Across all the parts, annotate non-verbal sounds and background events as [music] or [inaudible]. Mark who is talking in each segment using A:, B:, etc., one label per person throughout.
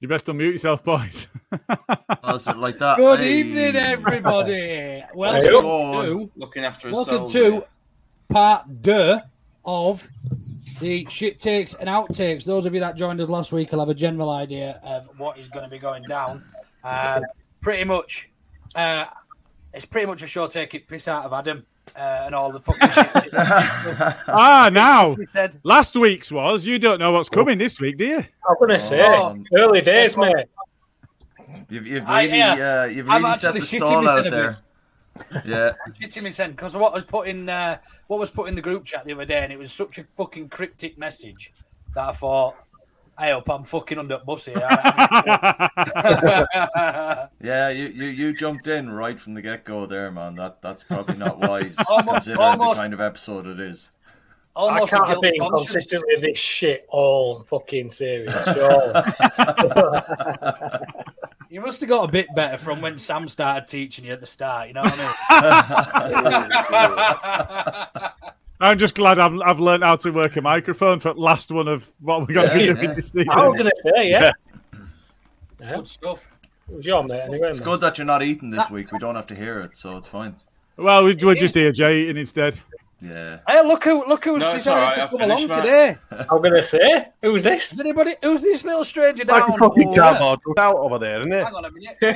A: You best unmute yourself, boys.
B: [laughs] How's it like that?
C: Good
B: Hey.
C: evening,
D: [laughs]
C: everybody.
B: Go
C: Welcome
B: on.
C: to,
E: looking after us.
C: welcome to part deux of the shit takes and outtakes. Those of you that joined us last week will have a general idea of what is going to be going down. Uh, pretty much, uh, it's pretty much a show taking piss out of Adam uh, and all the fucking shit [laughs]
A: ah, now
C: he said.
A: last week's was. You don't know what's
B: Oh.
A: coming this week, do you?
E: I'm gonna say
B: on.
E: early days, mate.
B: You've, you've
C: I-
B: really,
C: yeah.
B: uh, you've
C: I'm
B: really set
C: actually
B: the
C: shitting
B: stall
C: instead
B: out
C: of
B: there. Yeah,
C: Shitting me send because what was put in uh, what was put in the group chat the other day, and it was such a fucking cryptic message that I thought, "I hope I'm fucking under the bus here." [laughs]
B: yeah. You, you, you jumped in right from the get go there, man. That that's probably
C: [laughs]
B: not wise
C: Almost-
B: considering
C: almost.
B: the kind of episode it is.
E: I
C: Almost a
E: can't have
C: guilty
E: been
C: conscience.
E: consistently this shit all fucking serious. Surely.
B: [laughs]
C: You must have got a bit better from when Sam started teaching you at the start. You know what I
F: [laughs]
A: I'm just glad I'm, I've learned how to work a microphone for the last one of what we're going to be
B: Yeah.
A: doing this season.
E: I was gonna say, yeah.
C: mean? Good stuff.
E: It was your mate anyway.
B: It's
E: mate.
B: good that you're not eating
C: [laughs]
B: this week. We don't have to hear it, so it's fine.
A: Well, we, we'll just hear Jay eating instead.
B: Yeah.
C: [laughs] Hey, look who look who's
F: No, it's
C: decided
F: all right,
C: to
F: I've
C: come along
F: finished, mate.
C: today.
E: I'm gonna say, who's this?
C: Is anybody? Who's this little stranger
F: Like
C: down?
F: a fucking
C: over
F: cowboy ducked out over there, isn't
C: there?
F: it?
C: Hang on a minute. Hey,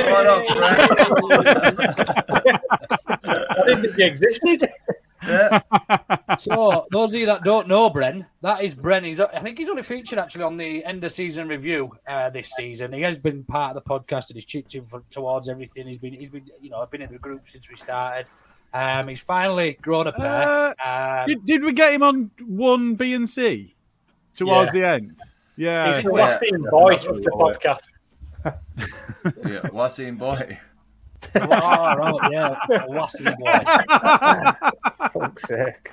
C: hey,
B: What up, Brad?
E: I didn't think he existed.
B: Yeah.
C: [laughs] So, those of you that don't
B: [laughs]
C: know Bren, that is Bren. He's, I think he's only featured actually on the end of season review uh, this season. He has been part of the podcast and he's chipped in for, towards everything. He's been, he's been, you know, been in the group since we started. Um, he's finally grown a pair. Um,
A: Did, did we get him on one B and C towards the end? Yeah,
E: He's the lasting voice of the podcast.
B: [laughs] yeah. Wasim boy.
C: oh, right, yeah, a wassy boy.
F: Fuck's sake.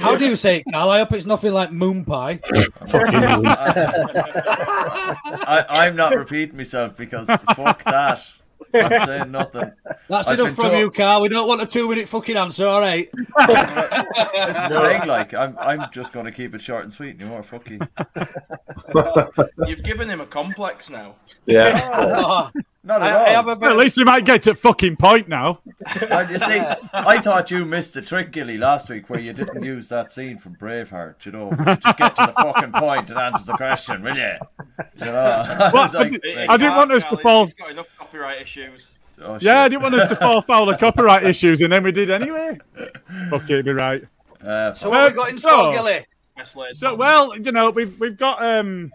C: How do you say it, Carl? I hope it's nothing like moon pie.
B: I, I'm not repeating myself because fuck that. I'm saying nothing.
C: [laughs] That's
B: I've
C: enough
B: been
C: from
B: told-
C: you, Carl. We don't want a two-minute fucking answer. All right. [laughs]
B: uh, This is the thing, like I'm I'm just gonna keep it short and sweet anymore, fuck you.
F: You've given him a complex now. Yeah.
C: [laughs] Oh,
B: Not
C: I,
B: at all.
C: I have a
A: Well, at least we might get to fucking point now.
B: Well, you see, I thought you missed the trick, Gilly, last week where you didn't use that scene from Braveheart. You know, where you just get to the fucking point and answer the question,
C: [laughs]
B: will you? You know, [laughs] I was
A: What? I
B: like,
A: did-
B: mate,
A: I didn't want us to fall-
F: He's got enough copyright issues.
B: Oh,
A: yeah, I
B: shit.
A: didn't want us to
B: [laughs]
A: fall foul of copyright issues, and then we did anyway. Fuck it, be right.
B: Uh,
C: So what have we
A: Um,
C: got in store,
A: so-
C: Gilly?
F: Best laid
A: So
F: plans.
A: well, you know, we've we've got um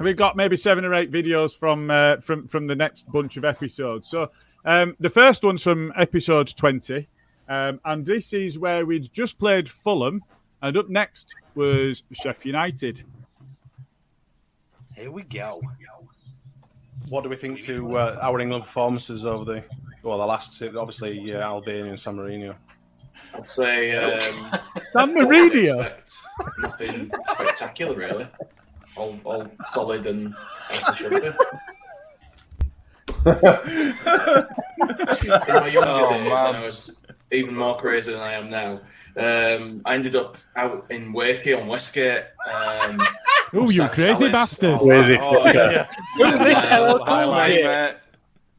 A: we've got maybe seven or eight videos from uh, from from the next bunch of episodes. So um the first one's from episode twenty, um, and this is where we'd just played Fulham, and up next was Chef United.
C: Here we go.
G: What do we think to uh, our England performances over the well the last two? Obviously, uh, Albania and San Marino.
F: I'd say um,
A: San
F: what I'd
A: Marino.
F: expect. nothing spectacular really. All, all solid and as it should be. In my younger days, when I was even more crazy than I am now, um, I ended up out in Wakey on Westgate. Um,
A: Oh, you
F: Stax
A: crazy
F: Alice,
A: bastard!
F: all that.
H: Crazy.
F: Oh, yeah.
C: Wouldn't this
F: Yeah,
C: hello,
F: highlight,
C: Westgate?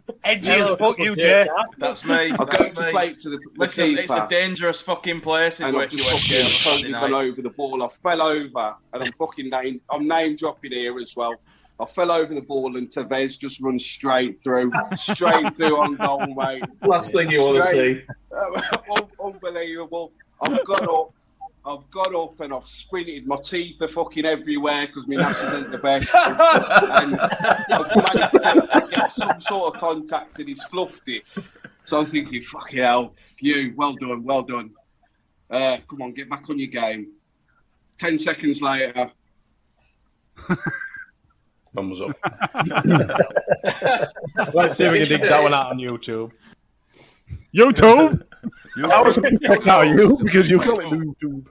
F: mate.
C: Edgy as fuck, you, Jay.
G: That's me.
H: I'll go to play to the, the
F: Listen,
H: keeper,
F: it's a dangerous fucking place. It's
H: and I've
F: Wakey
H: just
F: Westgate
H: fucking
F: on
H: totally fell
F: a Saturday night.
H: over the ball. I fell over, and I'm fucking name. I'm name dropping here as well. I fell over the ball, and Tevez just runs straight through, [laughs] straight through on goal, mate.
F: Last thing you want to see.
H: Straight. Um, [laughs] Un- Unbelievable. I've got up. I've got up and I've sprinted. My teeth are fucking everywhere because my nails isn't the best. and I've managed to get some sort of contact and he's fluffed it. So I'm thinking, fucking hell, you, well done, well done. Uh, come on, get back on your game. Ten seconds later,
G: Thumbs up.
A: [laughs]
G: Let's see if [laughs] we can dig that one out on YouTube.
A: YouTube.
B: I was going to check out you because you can't
G: YouTube.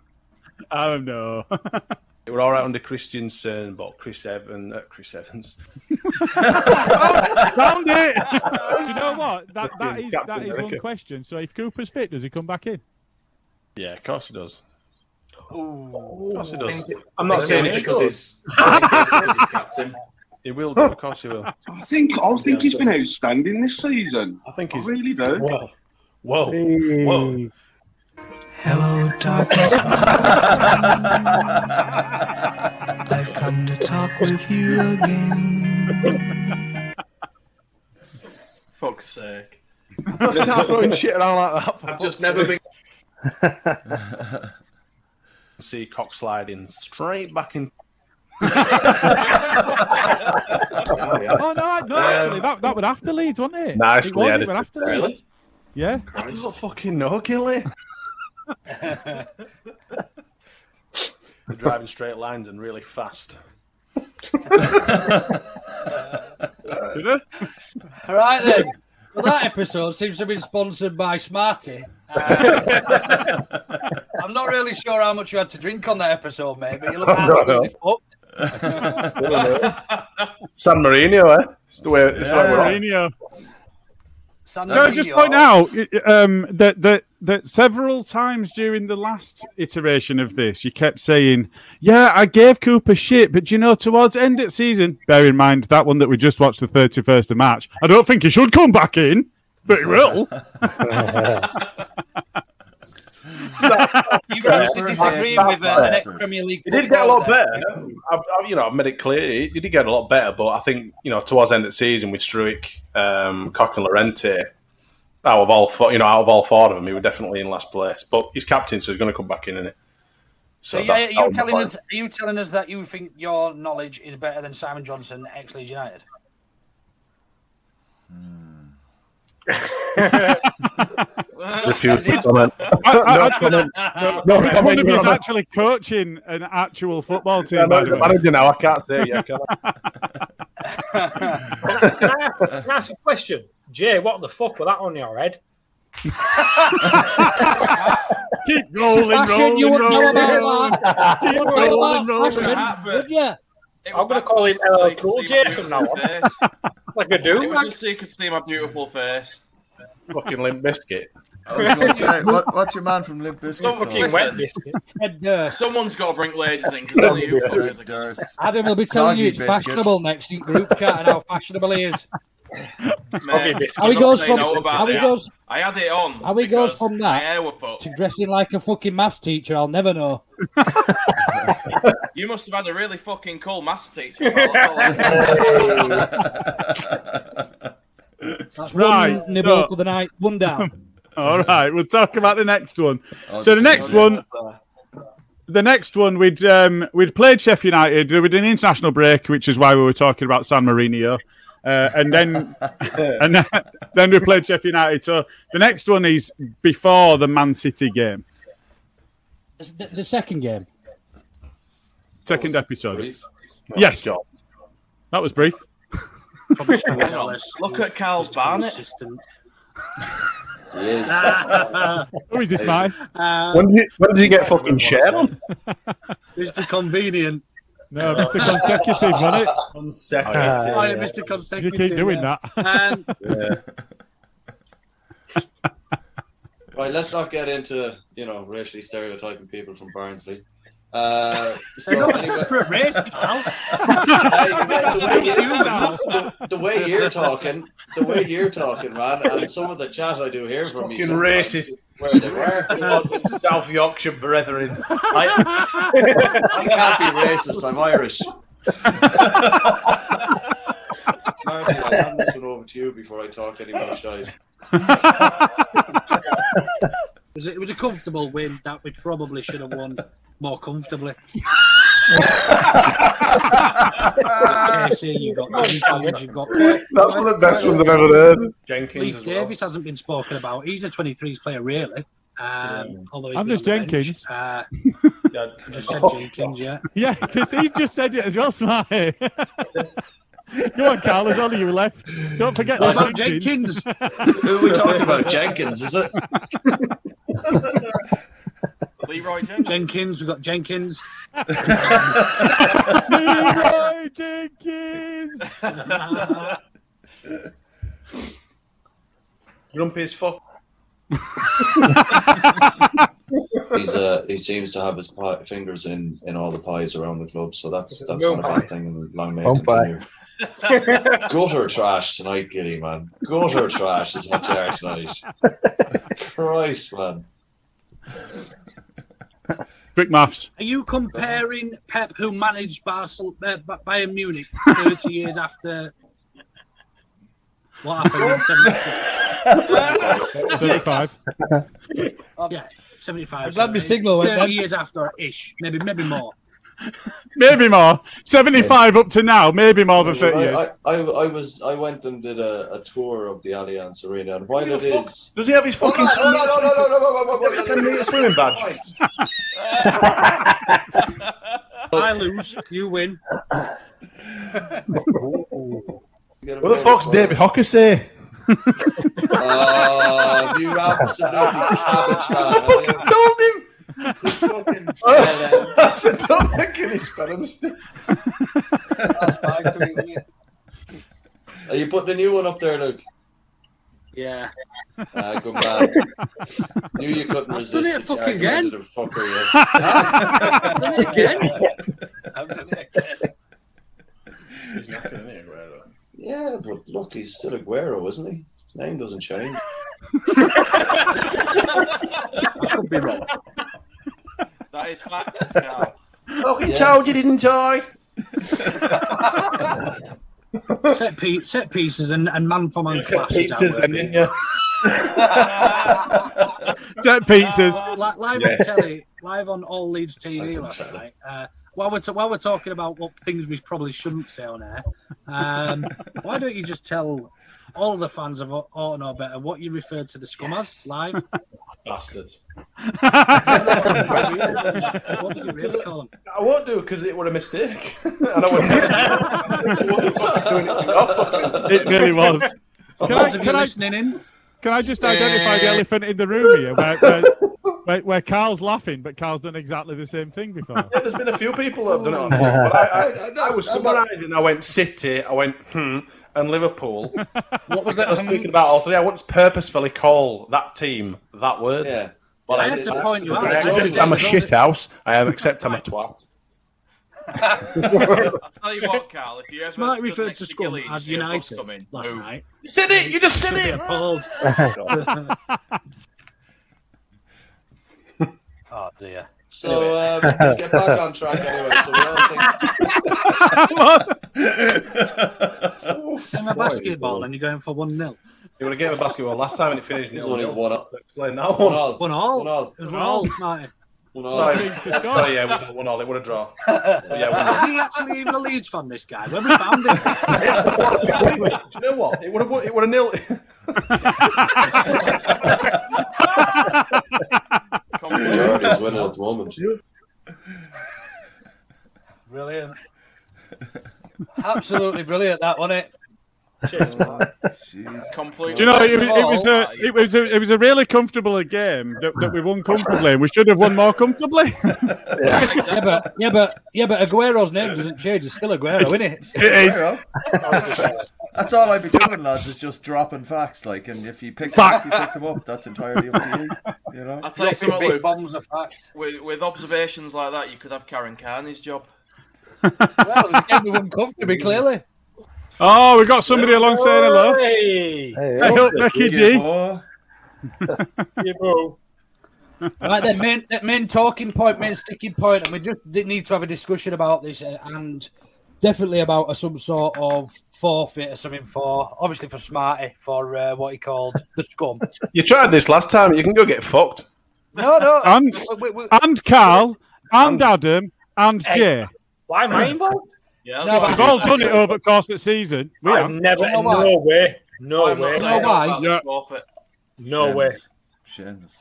A: I don't know. [laughs]
G: They were all right under Christiansen, but Chris Evans, uh, Chris Evans.
A: Found it. Do you know what? That that
G: Fucking
A: is
G: Captain
A: that is one
G: America.
A: question. So if Cooper's fit, does he come back in?
G: Yeah, of course he does.
F: Ooh.
G: Of course he
F: I
G: does.
F: think it-
G: I'm not
F: I think
G: saying
F: it's
G: he
F: because
G: should.
F: he's, I think it's because he's captain.
G: He will do. Of course he will.
H: I think I think
F: Yeah,
H: he's
F: so-
H: been outstanding this season.
G: I think
H: I
G: he's.
H: really do.
G: Whoa. Whoa. Whoa.
E: Hello,
F: [laughs]
E: darkness. I've come to talk with you again.
F: Fuck's
G: [laughs]
F: sake.
G: Let's start throwing shit around like that. for
F: I've
G: Ah, fuck's
F: just never
G: sake.
F: been.
G: [laughs] See Cock sliding straight
A: [laughs]
G: back in.
F: Oh, yeah.
A: Oh no, I- no! Actually, that, that would after Leeds, wasn't it?
G: Nicely
A: it was,
G: edited.
A: It went after Leeds.
F: Um, Really?
A: Yeah.
G: I
F: Christ.
G: don't fucking know, Gilly. They're driving straight lines and really [laughs] fast.
C: All right then. Well, that episode seems to have been sponsored by Smarty. Uh, I'm not really sure
A: [laughs]
C: how much you had to drink on that episode, mate, but you
G: [laughs]
C: look absolutely fucked.
B: San Marino, eh? It's the way, it's the way we're on.
A: Mourinho.
C: San
A: Can I just
C: Marino.
A: point out um, that that that several times during the last iteration of this, you kept saying, "Yeah, I gave Cooper shit," but you know, towards end of season, bear in mind that one that we just watched, the thirty first of March. I don't think he should come back in, but he will.
C: You guys to disagree with uh, an
B: Yeah.
C: ex-Premier League
G: He did get a lot
C: footballer.
G: better. I've, I've, you know, I've made it clear he he did get a lot better. But I think you know, towards the end of the season with Struick, um, Cock, and Lorente, out of all four, you know, out of all four of them, he was definitely in last place. But he's captain, so he's going to come back in, is it?
C: So, yeah, are you telling us? Are you telling us that you think your knowledge is better than Simon Johnson, ex-Leeds United? [laughs]
B: Refuse [laughs]
C: to
B: comment.
A: I, I, I,
B: No
A: which one of
B: comment.
A: you is actually coaching an actual football team?
B: Yeah,
A: by
B: no,
A: the way?
B: manager now. I can't say it yet, can
A: [laughs]
B: I?
E: Can I, can I ask a question? Jay, what the fuck was that on your head?
A: Keep rolling,
C: Fashion,
A: rolling,
C: you wouldn't know
A: rolling, rolling.
C: about that. You wouldn't know
A: rolling,
C: about
A: rolling.
C: fashion, would you?
E: I'm gonna call him LL Cool J from now on. [laughs] Like a
F: It
E: dude.
F: was just so you could see my beautiful face.
G: fucking
H: [laughs]
G: limp biscuit.
B: I was gonna say, what, what's your man from Limp Bizkit?
F: Don't
B: called?
E: Fucking wet biscuit.
C: Fred Durst.
F: Someone's got to bring ladies in because only you fuckers are
B: Dirk
F: going.
B: Durst.
C: Adam will be telling
B: Soggy
C: you it's
B: biscuit.
C: fashionable next in group chat and how fashionable he is.
E: Soggy biscuit.
C: How he
F: not
C: goes
F: saying
C: from
F: no about
C: how he
F: that.
C: goes
F: I had it on.
C: How he goes
F: because
C: from that
F: My hair were fucked.
C: to dressing like a fucking maths teacher, I'll never
G: [laughs]
C: know.
F: You must have had a really fucking cool maths teacher. pal, that's all I know.
B: That's one
A: Right,
B: nibble
A: so-
B: for the night, one down.
A: [laughs] All right, we'll talk about the next one.
B: Oh,
A: so
B: the
A: the next
B: Chelsea
A: one, the next one, we'd um, we'd played Sheffield United. We did an international break, which is why we were talking about San Marino, uh,
B: [laughs]
A: and then and then, then we played Sheffield United. So the next one is before the Man City game,
B: The, the second game.
A: second episode. Yes, that was brief.
F: Look at Carl's Barnet.
A: Who is this man?
C: Uh,
G: When did you, when did you get fucking shared on?
C: Mr. Convenient.
A: No, Mr. Consecutive, wasn't it?
C: Consecutive.
A: Ah, yeah.
C: Mr.
A: You
C: Oh, Consecutive.
A: keep doing
C: yeah.
A: that.
I: [laughs]
C: Um,
A: [laughs]
I: Right, let's not get into you know racially stereotyping people from Barnsley. Uh,
C: They're
I: so
C: not a
I: anyway,
C: separate race,
I: [laughs]
C: pal.
I: the, the way you're talking, the way you're talking, man, and some of the chat I do hear from you,
G: Fucking
I: sometimes
G: racist.
I: is Where they [laughs] were.
G: [laughs] South Yorkshire brethren.
I: I, I can't be racist. I'm Irish. Darby, I'll hand this one over to you before I talk any more [laughs] shite.
C: It was a- It was a comfortable win that we probably should have won more
G: [laughs]
C: comfortably. KC, you've got Jenkins, you've got
G: That's one of the best ones I've ever heard. Jenkins
C: Leif
G: as well.
C: Davis hasn't been spoken about. He's a 23s player, really. Um, although he's
A: I'm
C: been
A: just
C: on the bench.
A: Jenkins.
G: [laughs]
C: Uh, I just said Jenkins, yeah.
A: Yeah, because he just said it as well, [laughs] Smarty. Go on, Carl, there's only you left. Don't forget
C: What
A: that
C: about Jenkins?
I: Who are we talking about? Jenkins,
C: [laughs]
I: is it?
C: Leroy Jenkins. Jenkins, we've got Jenkins.
A: [laughs] Leroy Jenkins.
G: [laughs] Grumpy as fuck.
I: He's uh, he seems to have his pi fingers in, in all the pies around the club, so that's that's not a bad thing. And long may it continue. Gutter trash tonight, Giddy man. Gutter trash is what you are tonight. Christ, man.
A: Quick maths.
C: Are you comparing Pep, who managed Barcelona, uh, Ba- Bayern Munich 30 years after what happened in
B: [laughs]
C: 76?
A: 35.
C: yeah, 75.
B: I'm glad my
C: sorry.
B: signal went
C: 30
B: then.
C: years after ish, maybe maybe more.
A: Maybe more. 75 up to now, maybe more than 30 years.
I: I, I, I, I was I went and did a, a tour of the Allianz Arena, and while it is,
G: Does he have his fucking
I: no, no, no,
G: [laughs]
I: no, no, no, no, no, no, no,
G: ten meter swimming badge?
C: I lose, you
G: [laughs]
C: win.
G: What the
I: [laughs]
G: fuck's David Hocker [laughs] say?
I: Oh, you absolutely
G: [laughs]
I: cabbage
G: I fucking told him. I
I: eh? [laughs]
G: said, don't make any spelling mistakes.
I: Are you putting a new one up there, Luke?
C: Yeah.
I: Ah, good man. Knew you couldn't
C: I've
I: resist.
C: done it
I: the
C: fucking
I: Jack
C: again.
I: London Fucker, yeah.
C: [laughs] I've done it again.
I: I've done it again. Yeah, but look, he's still Aguero, isn't he? Name doesn't change.
C: could be wrong.
F: That is facts, Carl.
G: Fucking told you, didn't I?
C: set, pie- set pieces and, and man for man clashes.
G: Pizzas, then, didn't [laughs] you?
A: Set pizzas.
C: Uh, Li- live
A: Yeah.
C: on telly, live on All Leeds TV last night. Uh, while we're t- while we're talking about what things we probably shouldn't say on air,
G: [laughs]
C: um, why don't you just tell all the fans of Ought to Know Better what you referred to the scum as live?
G: [laughs] Bastards.
C: what did you really call them?
G: I won't do because it were a mistake. and I
C: [laughs]
G: wouldn't
A: It really
G: [laughs]
A: was.
C: For
A: Can I-
C: those of you
A: can I-
C: listening in,
A: Can I just identify the elephant in the room here, where, where, where, where Carl's laughing, but Carl's done exactly the same thing before?
G: Yeah, there's been a few people that have done it on but I, I, I was summarising. I went City, I went hmm, and [laughs] Liverpool.
C: what was
G: I
C: that?
G: was speaking about also. Yeah, I once purposefully call that team that word.
I: Yeah.
C: Well, I had to point you out.
G: I accept I'm a shit house. I am accept I'm a twat.
F: I'll tell you what, Carl, if you ever
C: Smart
F: stood
C: referred
F: next
C: to
F: to
C: scum
F: Gilly and
C: as
F: see a bus
C: United
F: coming,
C: last
F: move.
C: night.
G: You said it. You just said
C: Should be
G: it.
C: appalled.
G: [laughs]
B: Oh, dear.
I: So uh,
C: [laughs]
I: get back on track anyway. So we all think.
A: Come on.
C: [laughs]
J: I'm a basketball, and you're going for one 0
G: It would have gave a basketball last time and it finished nil
B: Only
G: nil.
B: one up.
G: Explain that one.
J: One all. It was one all, Smarty.
B: One
G: all. Sorry, yeah, one all. One all. It would have [laughs] draw. But yeah, one all.
J: Is he actually even a Leeds fan? This guy. When we found him,
G: Do you know what? It would have. It would have nil.
B: Gerardi's winning at the moment.
C: [laughs] Brilliant. Absolutely brilliant, that one, it.
F: Cheers, man.
A: Do
F: Completely.
A: you know it, it was a it was a, it was a really comfortable game that, that we won comfortably, and we should have won more
C: [laughs]
A: comfortably.
C: Yeah, but yeah, but yeah, but Aguero's name doesn't change. It's still Aguero, isn't it?
I: That's all I've been doing, lads, is just dropping facts. Like, and if you pick them up, you pick them up. That's entirely up to you. You know.
F: I'll tell you something,
J: big
F: Luke.
J: bombs of facts.
F: With, with observations like that, you could have Karen Carney's job.
C: well, everyone comfortably, clearly.
A: Oh, we got somebody along saying hello. Hey, up, Becky G.
C: Right, then, main, that main talking point, main sticking point, and we just did need to have a discussion about this uh, and definitely about a, some sort of forfeit or something for, obviously for Smarty, for uh, what he called the scum.
G: You tried this last time. You can go get fucked.
C: No,
G: [laughs]
C: no.
A: And,
C: we- we-
A: and Carl and Adam and
D: Hey.
A: Jay.
D: Why am I involved?
F: Yeah,
A: We've all done it over the course of the season. We
D: I've
A: have.
D: never.
A: Don't know why.
D: no way. No
A: I'm not
D: way.
A: saying No why. about
F: That's forfeit.
D: No way.
I: Shameless.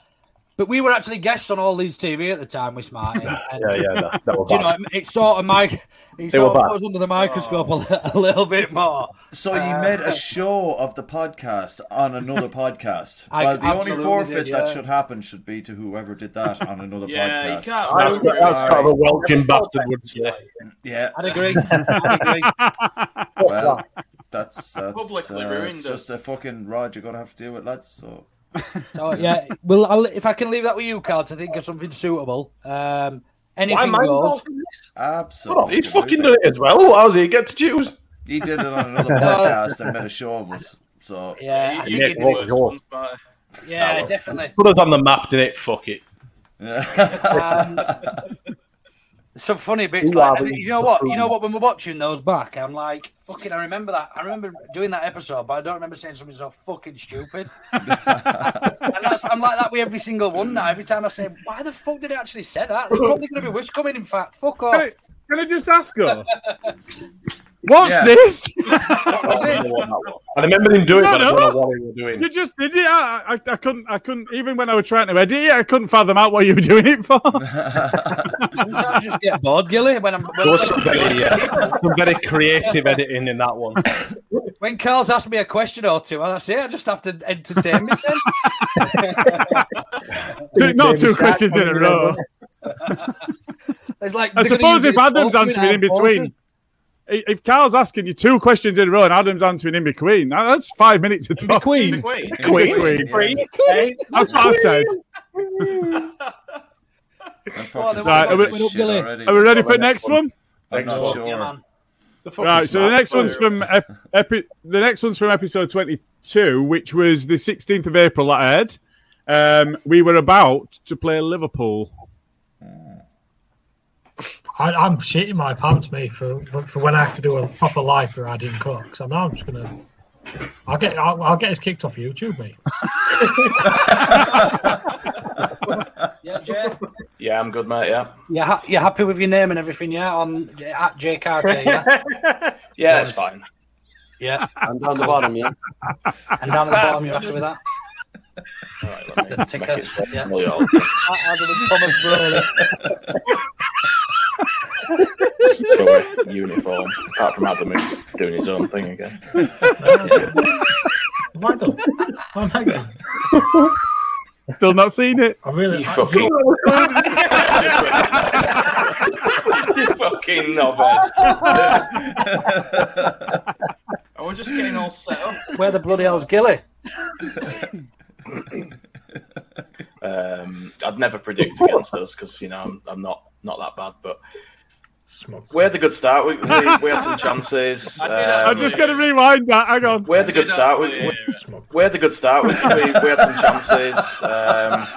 C: But we were actually guests on All Leeds TV at the time with Smarty. yeah,
G: [laughs] Yeah, yeah, that, that was
C: You know,
G: bad.
C: it, it sort of mic, it
G: They were
C: sort of
G: bad.
C: was under the microscope a, li- a little bit more.
I: So
C: Uh,
I: you
C: [laughs]
I: made a show of the podcast on another podcast.
C: I
I: well, the only
C: absolutely
I: forfeit
C: did,
I: that
C: yeah.
I: should happen should be to whoever did that on another
F: Yeah, you
I: podcast.
F: can't
G: That's, what- that's part of a Welshing bastard would say.
I: Yeah,
C: I'd agree.
I: [laughs]
C: I'd agree.
I: Well, that's, that's
F: Publicly
I: uh,
F: ruined
I: it's
F: us.
I: just a fucking rod you're gonna have to deal with, lads. So
C: So yeah, well, I'll, if I can leave that with you, Carl, to think of something suitable. Um,
D: Why
C: anything
D: am I
C: goes.
D: involved in this?
C: Uh,
I: absolutely,
G: Oh, he's fucking done it as well. How's he get to choose?
I: He did it on
G: [laughs]
I: another podcast and made a show of us. So
C: Yeah,
F: You
G: Nick,
F: did the
G: what
F: worst
G: was yours?
F: ones, but
C: yeah, definitely.
G: Put us on the map, didn't it? Fuck it.
C: Um, some funny bits. Like, and you know what? You know what? When we're watching those back, I'm like, fucking. I remember that. I remember doing that episode, but I don't remember saying something so fucking stupid. and that's, I'm like that with every single one now. Every time I say, why the fuck did I actually say that? There's probably going to be wish coming. In fact, fuck off.
A: Hey, Can I just ask her?
C: [laughs]
A: What's
I: Yeah.
G: [laughs]
A: this?
C: That's it.
G: I remember him doing, it,
A: No,
G: but I
A: no.
G: don't know what he was doing.
A: You just did it. I, I, I couldn't. I couldn't. Even when I was trying to edit it, I couldn't fathom out what you were doing it for.
C: Sometimes I just get bored, Gilly. When I'm when,
G: There was some very, uh, some very creative editing in that one.
C: when Carl's asked me a question or two, and I say I just have to entertain [laughs] myself.
A: Two- not two questions in a row.
C: [laughs] It's like
A: I
C: they're gonna
A: suppose
C: use
A: if
C: it as
A: Adam's
C: alternate
A: answering in
C: answers.
A: between, i- if Carl's asking you two questions in a row and Adam's answering in between, that- that's five minutes of talk.
C: Queen.
F: McQueen.
A: Queen. That's what I said.
I: I'm
C: Oh,
I: fucking
C: they were-
A: Right,
I: sick
A: are we-
I: of this shit
C: Billy.
I: already.
A: Are we ready for the next one?
I: I'm not
G: one.
C: Yeah,
I: sure.
C: man.
G: The fucking
A: Right. So the
G: smart
A: next one's
G: player.
A: from ep- epi- the next one's from episode twenty-two, which was the sixteenth of April that aired. Um, we were about to play Liverpool.
D: I, I'm shitting my pants, mate, for for when I have to do a proper live for Adam Cook. So now I'm just gonna. I'll get I'll, I'll get us kicked off YouTube, mate.
C: Yeah, Jay.
F: Yeah, I'm good, mate. Yeah,
C: You're, ha- you're happy with your name and everything, yeah? On J- at Jay Carter,
A: [laughs]
C: yeah.
F: [laughs] yeah, that's fine.
C: yeah.
B: I'm down the bottom,
F: [laughs]
B: yeah.
C: And down at the bottom, you're happy with that.
F: All right, let me
C: The ticker,
F: make it simple,
C: yeah.
F: y'all.
D: [laughs]
C: Adam and Thomas Brolin.
F: [laughs]
D: [laughs]
F: Sorry, uniform. Apart from Adam, who's doing his own thing again.
D: Am I done? Am I done?
A: Still not seen it.
D: I really.
F: You
D: I-
F: fucking. you [laughs] fucking
B: [laughs]
F: knobhead. oh, we're just getting all set up.
C: Where the bloody hell's Gilly?
F: Um, I'd never predict against us because you know I'm, I'm not not that bad, but
D: Smoke.
F: we had a good start. We, we, we had some [laughs] chances.
A: I'm
F: Um,
A: just going to rewind that. Hang on.
F: we had a good start. We, we,
D: Smoke.
F: we had a good start. We, we, we had some chances. Um, [laughs]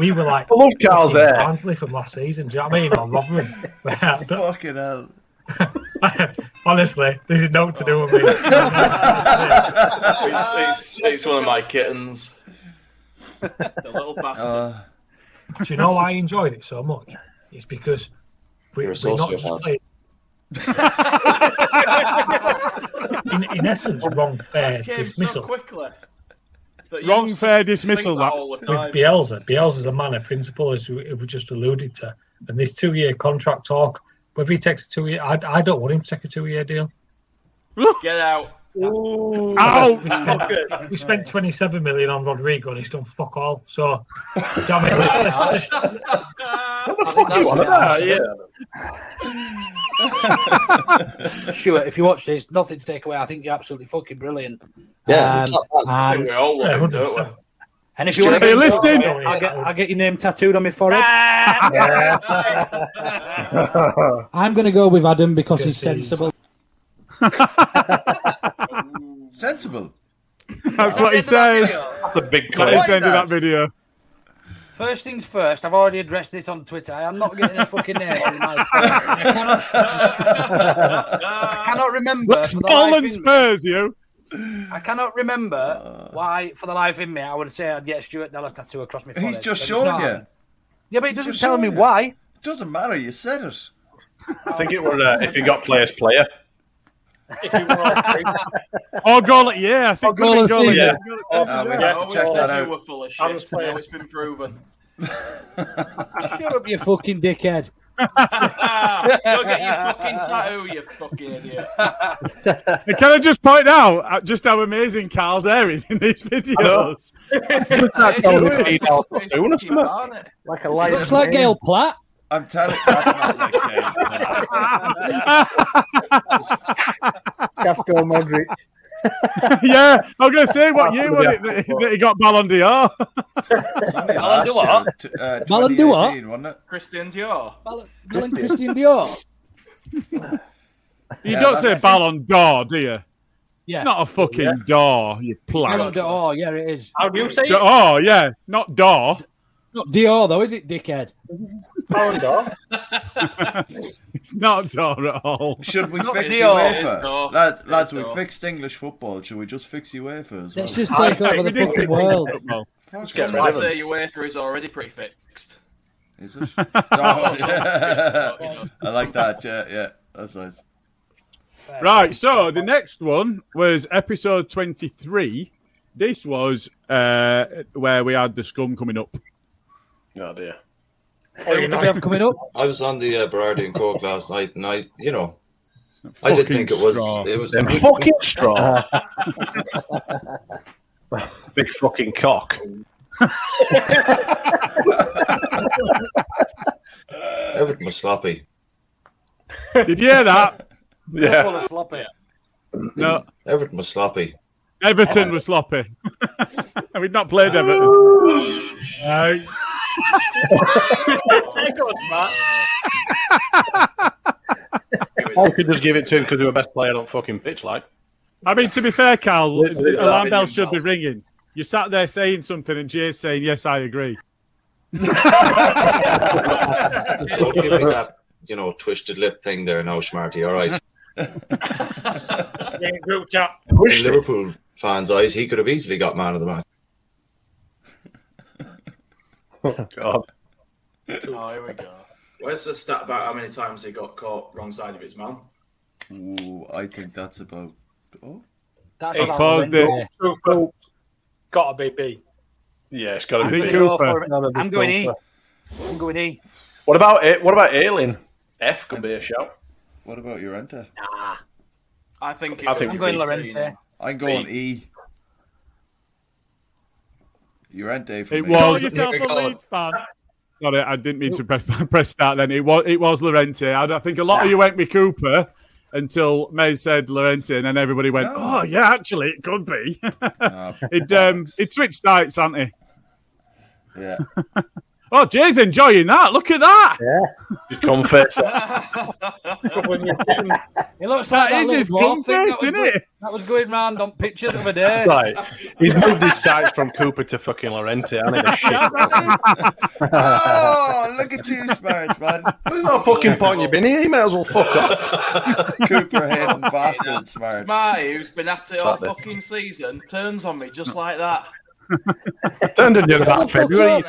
D: We were like.
G: I love Carl's hair.
D: [laughs] uh, Barnsley from last season. Do you know what I mean? Or Rotherham. [laughs]
I: Fucking hell.
K: Honestly, this is not to do with me.
F: it's, it's, it's one of my kittens. the little bastard.
I: Uh,
K: Do you know why I enjoyed it so much? It's because we,
I: You're
K: we're
I: a
K: not just
I: sociopath.
K: playing. in, in essence, wrong fair
F: Came so
K: dismissal.
F: quickly. That you
A: Wrong
F: must
A: fair
F: think
A: dismissal, that.
F: all the time.
K: with Bielsa. Bielsa's a man of principle, as we, we just alluded to. And this two year contract talk, whether he takes a two year, I, I don't want him to take a two year deal.
F: Get out.
A: Oh!
K: we spent, we spent 27 million on Rodrigo and he's done fuck all. So, damn it. Let's, let's,
G: What the fuck you on about? Yeah.
C: Stuart, if you watch this, nothing to take away. I think you're absolutely fucking brilliant.
I: Yeah,
C: Um,
I: I
C: and-
I: think we all want
C: Yeah,
I: him, don't we?
C: 100%. And if you want
I: Hey,
C: to
I: listen!
C: I'll get, I'll get your name tattooed on
B: [laughs]
C: my forehead. [laughs] I'm going to go with Adam because he's sensible.
B: Sensible.
A: [laughs] That's what he said.
G: That's a big
A: That is the end of that video.
C: First things first, I've already addressed this on Twitter. I am not getting a fucking name
B: [laughs]
C: on my phone. I cannot, I cannot remember.
A: Let's
C: for the life
A: Spurs,
C: in me-
A: Spurs, you.
C: I cannot remember why, for the life in me, I would say I'd get Stuart Dallas tattoo across my forehead.
B: He's just
C: But it's
B: showing
C: not
B: you.
C: happening. Yeah, but it
B: He's
C: doesn't
B: just
C: tell
B: showing
C: me
B: you.
C: why.
B: It doesn't matter. You said it.
G: I think it was uh, if you got players player.
B: Oh,
A: Or goal at yeah, I think goal
G: goal
A: at
G: of
A: goal at-
G: season.
A: goal at-
G: Oh,
B: Uh, we
F: I
B: have to
F: always
B: check
F: said
B: that
F: you were
B: out.
F: full of
G: I was
F: shit. Now it's been proven. [laughs]
C: Shut up, you
B: [laughs]
C: fucking dickhead.
F: Ah, go get your fucking tattoo, you fucking idiot.
A: And Can I just point out uh, just how amazing Carl's hair is in these videos?
D: Like a lion.
C: Looks like Gail Platt.
B: I'm telling you.
D: Casco Modric.
B: [laughs]
A: yeah, I'm going to say what year
D: Yeah.
A: was it that, that he got Ballon d'Or?
F: Alan Dewar.
B: Uh,
A: Ballon d'Or?
B: 2018, wasn't it?
F: Christian Dior.
C: Alan Christian Dior.
A: You
C: Yeah,
A: don't
C: that's
A: say
C: it.
A: Ballon d'Or, do you?
C: Yeah.
A: It's not a fucking door, you
C: Ballon
A: plant.
C: d'Or, oh, yeah, it is.
D: How do you say
A: Oh, yeah, not door.
C: Not Dior, though, is it, dickhead?
B: oh. [laughs]
D: Ballon d'Or.
A: It's not
B: Oh,
A: door at all.
B: Should we
C: Not
B: fix
C: Dior.
B: UEFA?
C: It's
F: Dior.
B: Lads, lads
F: It's
B: we
F: Dior.
B: fixed English football. Should we just fix UEFA as well?
C: Let's just take over the fucking world.
B: Fuck
F: That's
B: it.
F: why I
B: [laughs]
F: say your wafer is already pretty fixed.
B: Is it?
F: Oh, [laughs] I
B: I like that. Yeah, yeah. That's nice.
A: Right, so the next one was episode 23. This was uh, where we had the scum coming up.
G: Oh dear.
C: Who do we have coming up?
I: I was on the uh, Berardi and Cork last night, and I, you know, I did think it was it was
G: Them fucking
B: [laughs]
C: [laughs]
I: [laughs]
G: [laughs] straws. big fucking cock.
I: everything was sloppy.
A: Did you
I: [laughs]
A: hear that?
G: Yeah.
C: sloppy.
A: No,
I: Everything was sloppy.
A: Everton was sloppy. [laughs] and we'd not played Everton. Uh, No.
G: Or we could just give it to him because we were best player on fucking pitch, like.
A: I mean, to be fair, Carl,
G: Literally,
A: the
G: it's
A: alarm
G: that
A: bell
G: opinion,
A: should be
G: Carl.
A: ringing. You sat there saying something, and Jay's saying, "Yes, I agree."
I: Don't give me that, you know, twisted lip thing there now, Smarty. All right.
D: Group chat.
I: In Liverpool fans' eyes, he could have easily got man of
B: [laughs]
I: the match.
G: Oh God.
F: Oh, here we go. Where's the stat about how many times he got caught wrong side of his man?
B: Ooh, I think that's about. Oh,
C: That's
A: Hey,
C: about
A: pause
C: Wendy.
A: the-
D: Gotta be B.
G: Yeah, it's got to
A: I
G: be.
A: think
G: big.
A: you're- Cooper.
C: I'm going E. I'm going E.
G: What about it? What about Ailing? F could be a shout.
B: what about your enter?
F: I think.
G: I think
C: I'm
G: you'd
C: going
G: be-
C: Lorente.
B: I'm going E. Llorente for
A: It
B: me.
A: was.
I: yourself a Leeds
A: fan. Sorry, I didn't mean to press, [laughs] press start. Then it was it was Lorente. I, I think a lot of you went with Cooper until May said Lorente, and then everybody went, "Oh yeah, actually, it could be." [laughs]
B: No,
A: it um it switched sites, hasn't he?
B: yeah.
A: [laughs] Oh, Jay's enjoying that. Look at that.
G: Yeah. Just come face.
C: It looks like that
A: That is
C: little
A: his
C: dwarf
A: cum
C: thing
A: face,
C: that was
A: isn't
C: go-
A: it?
C: That was going round on pictures the other day.
G: Right. He's moved his sights from Cooper to fucking Lorente. I need
A: [laughs]
G: a shit.
B: Oh, look at you, Sparge, man.
G: There's no fucking point you've been here. You may as well fuck off.
B: Cooper
F: [laughs]
B: Hayden bastard, Smarty.
F: Smarty, who's been at it
G: It's
F: all
G: like this.
F: fucking season, turns on me just like that.
G: Turned on
C: [laughs]
G: you about February.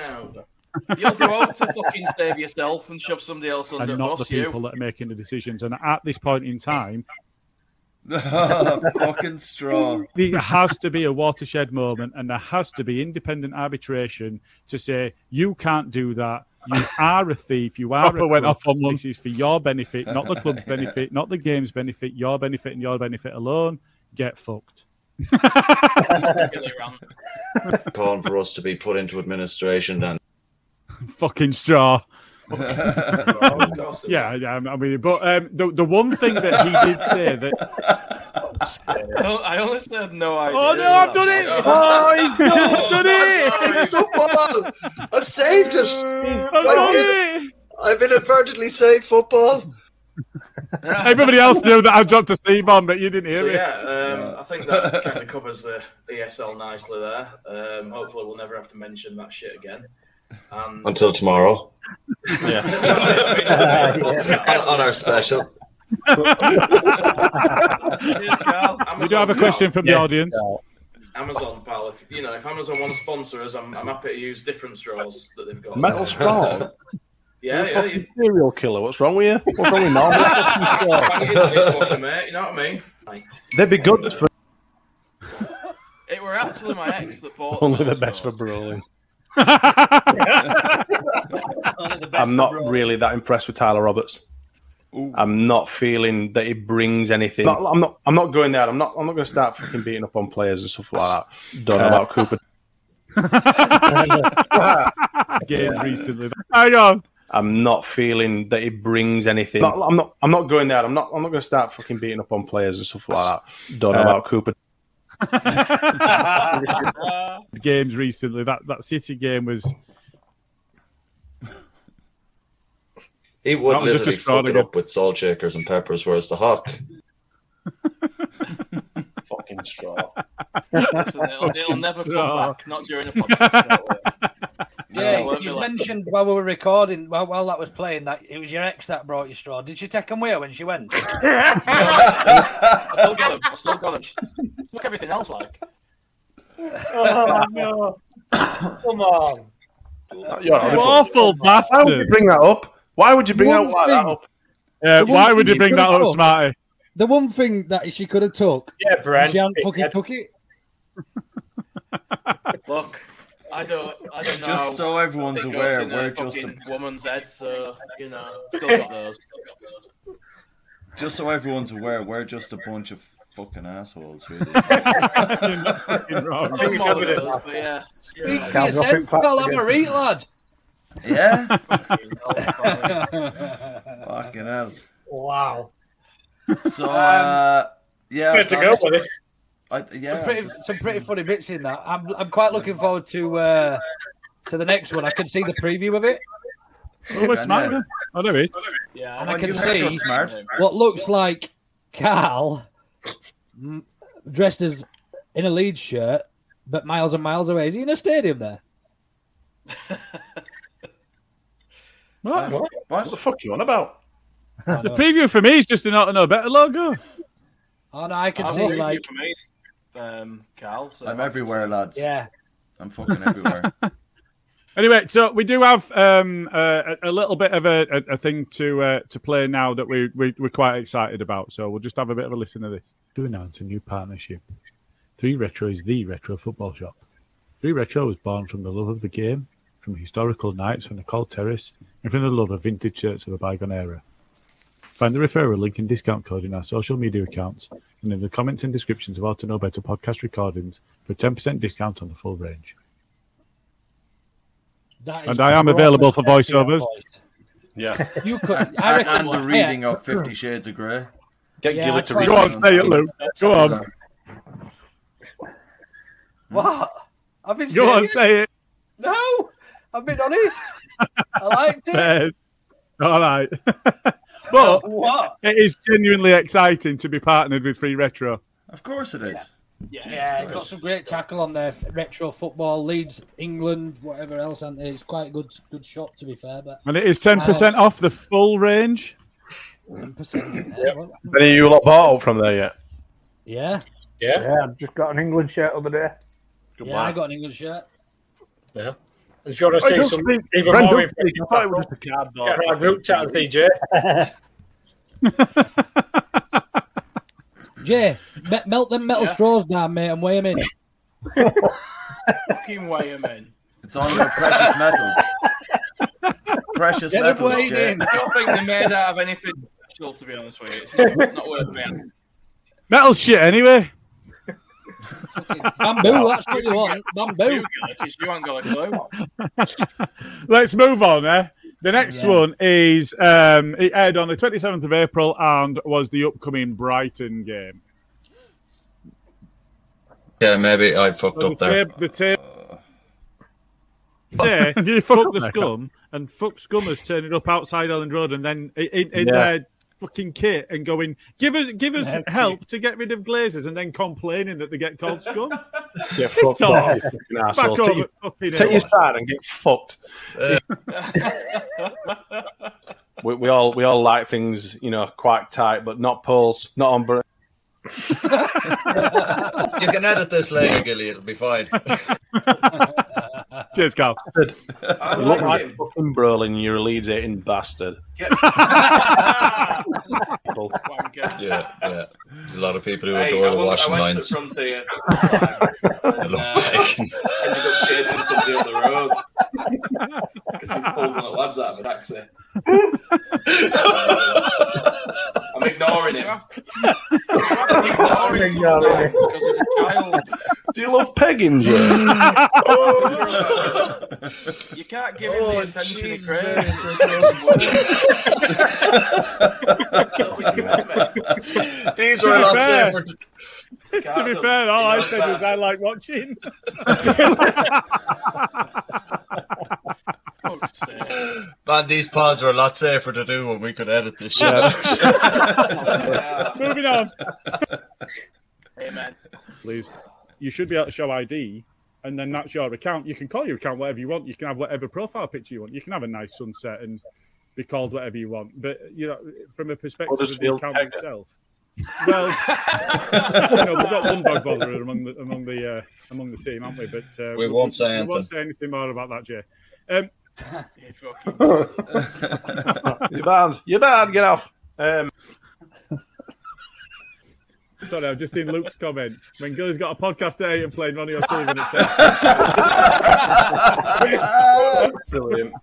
F: You'll do all to fucking save yourself and shove somebody else under
A: and
F: the
A: not the
F: bus, you.
A: [laughs] people that are making the decisions. And at this point in time,
I: Oh,
B: Fucking straw.
A: there has to be a watershed moment, and there has to be independent arbitration to say you can't do that. You are a thief. You are.
D: Proper went off
A: on one. This is for your benefit, not the
D: [laughs]
A: club's benefit, not the game's benefit. Your benefit and your benefit alone.
D: [laughs]
A: Get fucked.
I: [laughs] Calling for us to be put into administration then.
F: [laughs]
A: Fucking straw.
I: yeah,
A: yeah, yeah, I mean, but um, the the one thing that he did say
D: [laughs]
A: that
F: I hon- I honestly had no idea.
A: Oh, no, I've done it.
F: [laughs]
A: Oh, he's done- he's done
I: it. Football. I've saved it.
A: done
I: I've, I've inadvertently saved football.
A: everybody else knew that I dropped a C bomb, but you didn't hear
F: So
A: me.
F: yeah, um, I think that kind of covers the ESL nicely there. Um, hopefully, we'll never have to mention that shit again. And
I: Until [laughs] tomorrow.
F: Yeah.
I: on, on our special.
F: Cheers, Carl.
A: We do have a
F: Amazon
A: question
F: pal.
A: from the audience.
F: Amazon pal, if you know, if Amazon want to sponsor us, I'm, I'm happy to use different straws that they've got.
G: Metal [laughs]
F: [laughs]
G: straw.
F: Yeah,
G: You're a
F: yeah.
G: fucking
F: You,
G: serial killer. What's wrong with you? What's wrong with normal?
F: bang [laughs] it in the dishwasher, mate. You know what I mean? Like,
G: They'd be good for
F: it were actually my ex that bought.
G: only the
F: those.
G: best for brawling.
F: [laughs] Only the best
G: I'm
F: for
G: not
F: brawling.
G: really that impressed with Tyler Roberts. I'm not feeling that he brings anything. Not- I'm not. I'm not going there. I'm not. I'm not going to start fucking beating up on players and stuff like that. Don't know about Cooper. Uh, [laughs]
A: Game recently. Hang on.
G: I'm not feeling that it brings anything. Not- I'm not. I'm not going there. I'm not. I'm not going to start fucking beating up on players and stuff like that. [laughs] Don't know
A: Uh,
G: about Cooper.
A: [laughs] Games recently. That that City game was.
I: He would
A: That was just
I: literally
A: a straw
I: fuck it
A: again.
I: up with salt shakers and peppers, whereas
B: [laughs]
I: the hawk.
G: Fucking straw.
F: [laughs] Listen, it'll, it'll never come
C: Straw.
F: back. Not during a podcast.
C: [laughs] Yeah,
F: No, it won't be
C: you
F: last
C: mentioned while we were recording, while, while that was playing, that it was your ex that brought you straw. Did she take 'em with her when she went?
F: I still got them. I still got them. Look everything else like.
D: Oh, no. Come on.
G: [laughs] You're an
A: You
G: awful
A: bastard.
G: Why would you bring that up? Why would you bring that, why that up?
A: Yeah,
C: The one
A: why would
C: thing
A: you bring
C: could've
A: that up,
C: took-
A: Smarty?
C: The one thing that she could have took,
D: yeah, Brent,
C: she hadn't
D: it-
C: fucking took it.
F: Look, I don't, I don't know.
B: Just so everyone's
F: It goes
B: aware,
F: in
B: we're
F: a
B: just a-
F: fucking woman's head, so you know, still got those. Still got those.
B: Just so everyone's aware, we're just a bunch of fucking assholes,
C: [laughs]
B: really.
F: Some more of those, but yeah.
C: Speak
F: yeah.
C: for yourself, well, have a read, lad.
B: Yeah?
C: Fucking
B: Fucking hell.
D: wow.
B: So,
C: Um,
B: uh, yeah.
D: Good Um, to
B: I'm
D: go
B: just-
D: for this.
B: I, yeah.
C: some, pretty, some pretty funny bits in that. I'm, I'm quite looking forward to uh, to the next one. I can see the preview of it,
A: Oh, where's Smarty? Oh, there he is.
F: Yeah,
C: and I
B: Well,
C: can
B: you heard
C: see
B: what's smart.
C: what looks like Carl m- dressed as in a Leeds shirt, but miles and miles away. Is he in a stadium there?
A: What?
G: What the fuck are you on about?
A: The preview for me is just an not no better logo.
C: Oh no, I can
F: I'll
C: see
F: leave you
C: like
F: for me, um, Cal. So
B: I'm everywhere, lads.
C: yeah.
B: I'm fucking everywhere.
A: [laughs] Anyway, so we do have um, uh, a a little bit of a, a, a thing to uh, to play now that we, we we're quite excited about. So we'll just have a bit of a listen to this. To announce a new partnership, Three Retro is the retro
G: [laughs]
A: football shop. Three Retro was born from the love of the game, from historical nights on the Cold Terrace, and from the love of vintage shirts of a bygone era. Find the referral link and discount code in our social media accounts and in the comments and descriptions of our To Know Better podcast recordings for 10% discount on the full range.
C: That is
A: And I am available for
C: proper stereo
A: voiceovers.
C: voice.
G: Yeah.
C: You could. I
B: and,
C: reckon
B: and the
C: what-
B: reading
C: yeah.
B: of Fifty Shades of Grey.
G: Get
C: Yeah,
G: Gilly
C: I
G: to
C: quite
G: read.
A: Go on, say it, Luke. Go on.
C: What? I've been
A: Go on,
C: serious.
A: say it.
C: No, I've been honest. I liked it.
A: Yes. All right. [laughs] but
C: What?
A: it is genuinely exciting to be partnered with Free Retro.
B: Of course it is.
C: Yeah, yeah it's got some great tackle on there. Retro football, Leeds, England, whatever else, and it's quite a good good shot to be fair. But um,
A: And it is
C: Uh,
A: 10% off the full range.
G: Any of you lot bought up from there yet?
C: Yeah.
D: [laughs] Yeah.
L: Yeah, I've just got an England shirt the other day.
C: yeah, I got an England shirt.
D: Yeah. I was going to say
L: Oh, don't
D: some
L: speak.
D: even
L: Brendan,
D: more
L: don't speak. I thought it was
G: just a cardboard.
D: Get our group chat, CJ.
C: Jay, me- melt them metal straws down, mate, and weigh them in.
F: [laughs] Fucking way, man.
B: It's all about precious metals. precious
F: Get
B: metals,
F: weighed
B: Jay.
F: in. I don't think they're made out of anything special, to be honest with you. It's not, it's not worth it.
A: Metal shit, anyway.
C: Bamboo, that's what you want. Bamboo.
F: You ain't got a clue.
A: Let's move on. Eh? The next one is um, it aired on the 27th of April and was the upcoming Brighton game.
I: Yeah, maybe I fucked
A: So
C: [laughs]
I: up there.
A: tab- the tab- Say, fuck the scum and fuck scummers turning up outside Elland Road and then i- in, in
I: Yeah.
A: their fucking kit and going, give us give us
I: Yeah.
A: help to get rid of glazers and then complaining that they get called scum.
G: Yeah,
A: Piss
G: fuck
A: off.
G: off, you fucking
A: Back
G: asshole. Take,
A: over,
G: your,
A: fucking
G: take your
A: hell.
G: side and get fucked.
I: Uh,
G: [laughs] we, we all we all like things, you know, quite tight, but not pulls, not on. Br-
I: You can edit this later, Gilly. It'll be fine.
A: Cheers,
G: [laughs]
A: Carl.
G: I look like fucking Brolin, you're a Leeds hating bastard. Well,
I: yeah, yeah. There's a lot of people who
F: Hey,
I: adore
F: I
I: the
F: went- I
I: washing
F: went
I: lines.
F: to uh,
G: [laughs]
B: [laughs]
F: Frontier.
I: I love bacon.
F: ended up chasing somebody on the road because he pulled one of the lads out of a taxi.
I: [laughs]
F: I'm ignoring him. I'm ignoring him because he's a child.
G: Do you love
B: [laughs]
G: pegging, Jay?
L: [laughs]
C: [laughs]
D: [laughs] Oh.
F: You can't give him
A: Oh,
F: the attention he craves. There's no
I: These
A: To
I: are a
A: be
I: lot
A: fair.
I: safer. to-
A: to be fair, all I said is I like watching.
F: uh,
I: Man, these pods are a lot safer to do when we could edit this shit. [laughs]
A: Yeah.
I: out.
A: [laughs] Moving on.
F: Amen.
A: Please, you should be able to show ID, and then that's your account. You can call your account whatever you want. You can have whatever profile picture you want. You can have a nice sunset and be called whatever you want. But you know, from a perspective of the
G: Huddersfield
A: account
G: Tiger.
A: itself, well, [laughs] you know, we've got one dog botherer among the among the uh, among the team, haven't we? But uh,
I: We won't say
A: we
I: anything.
A: won't say anything more about that, Jay. Um,
G: [laughs] you're banned. You're banned. Get off. Um,
A: Sorry, I've just seen Luke's comment. When Gilly's got a podcast day and playing Ronnie O'Sullivan [laughs]
G: [laughs]
A: at 10.
G: Brilliant.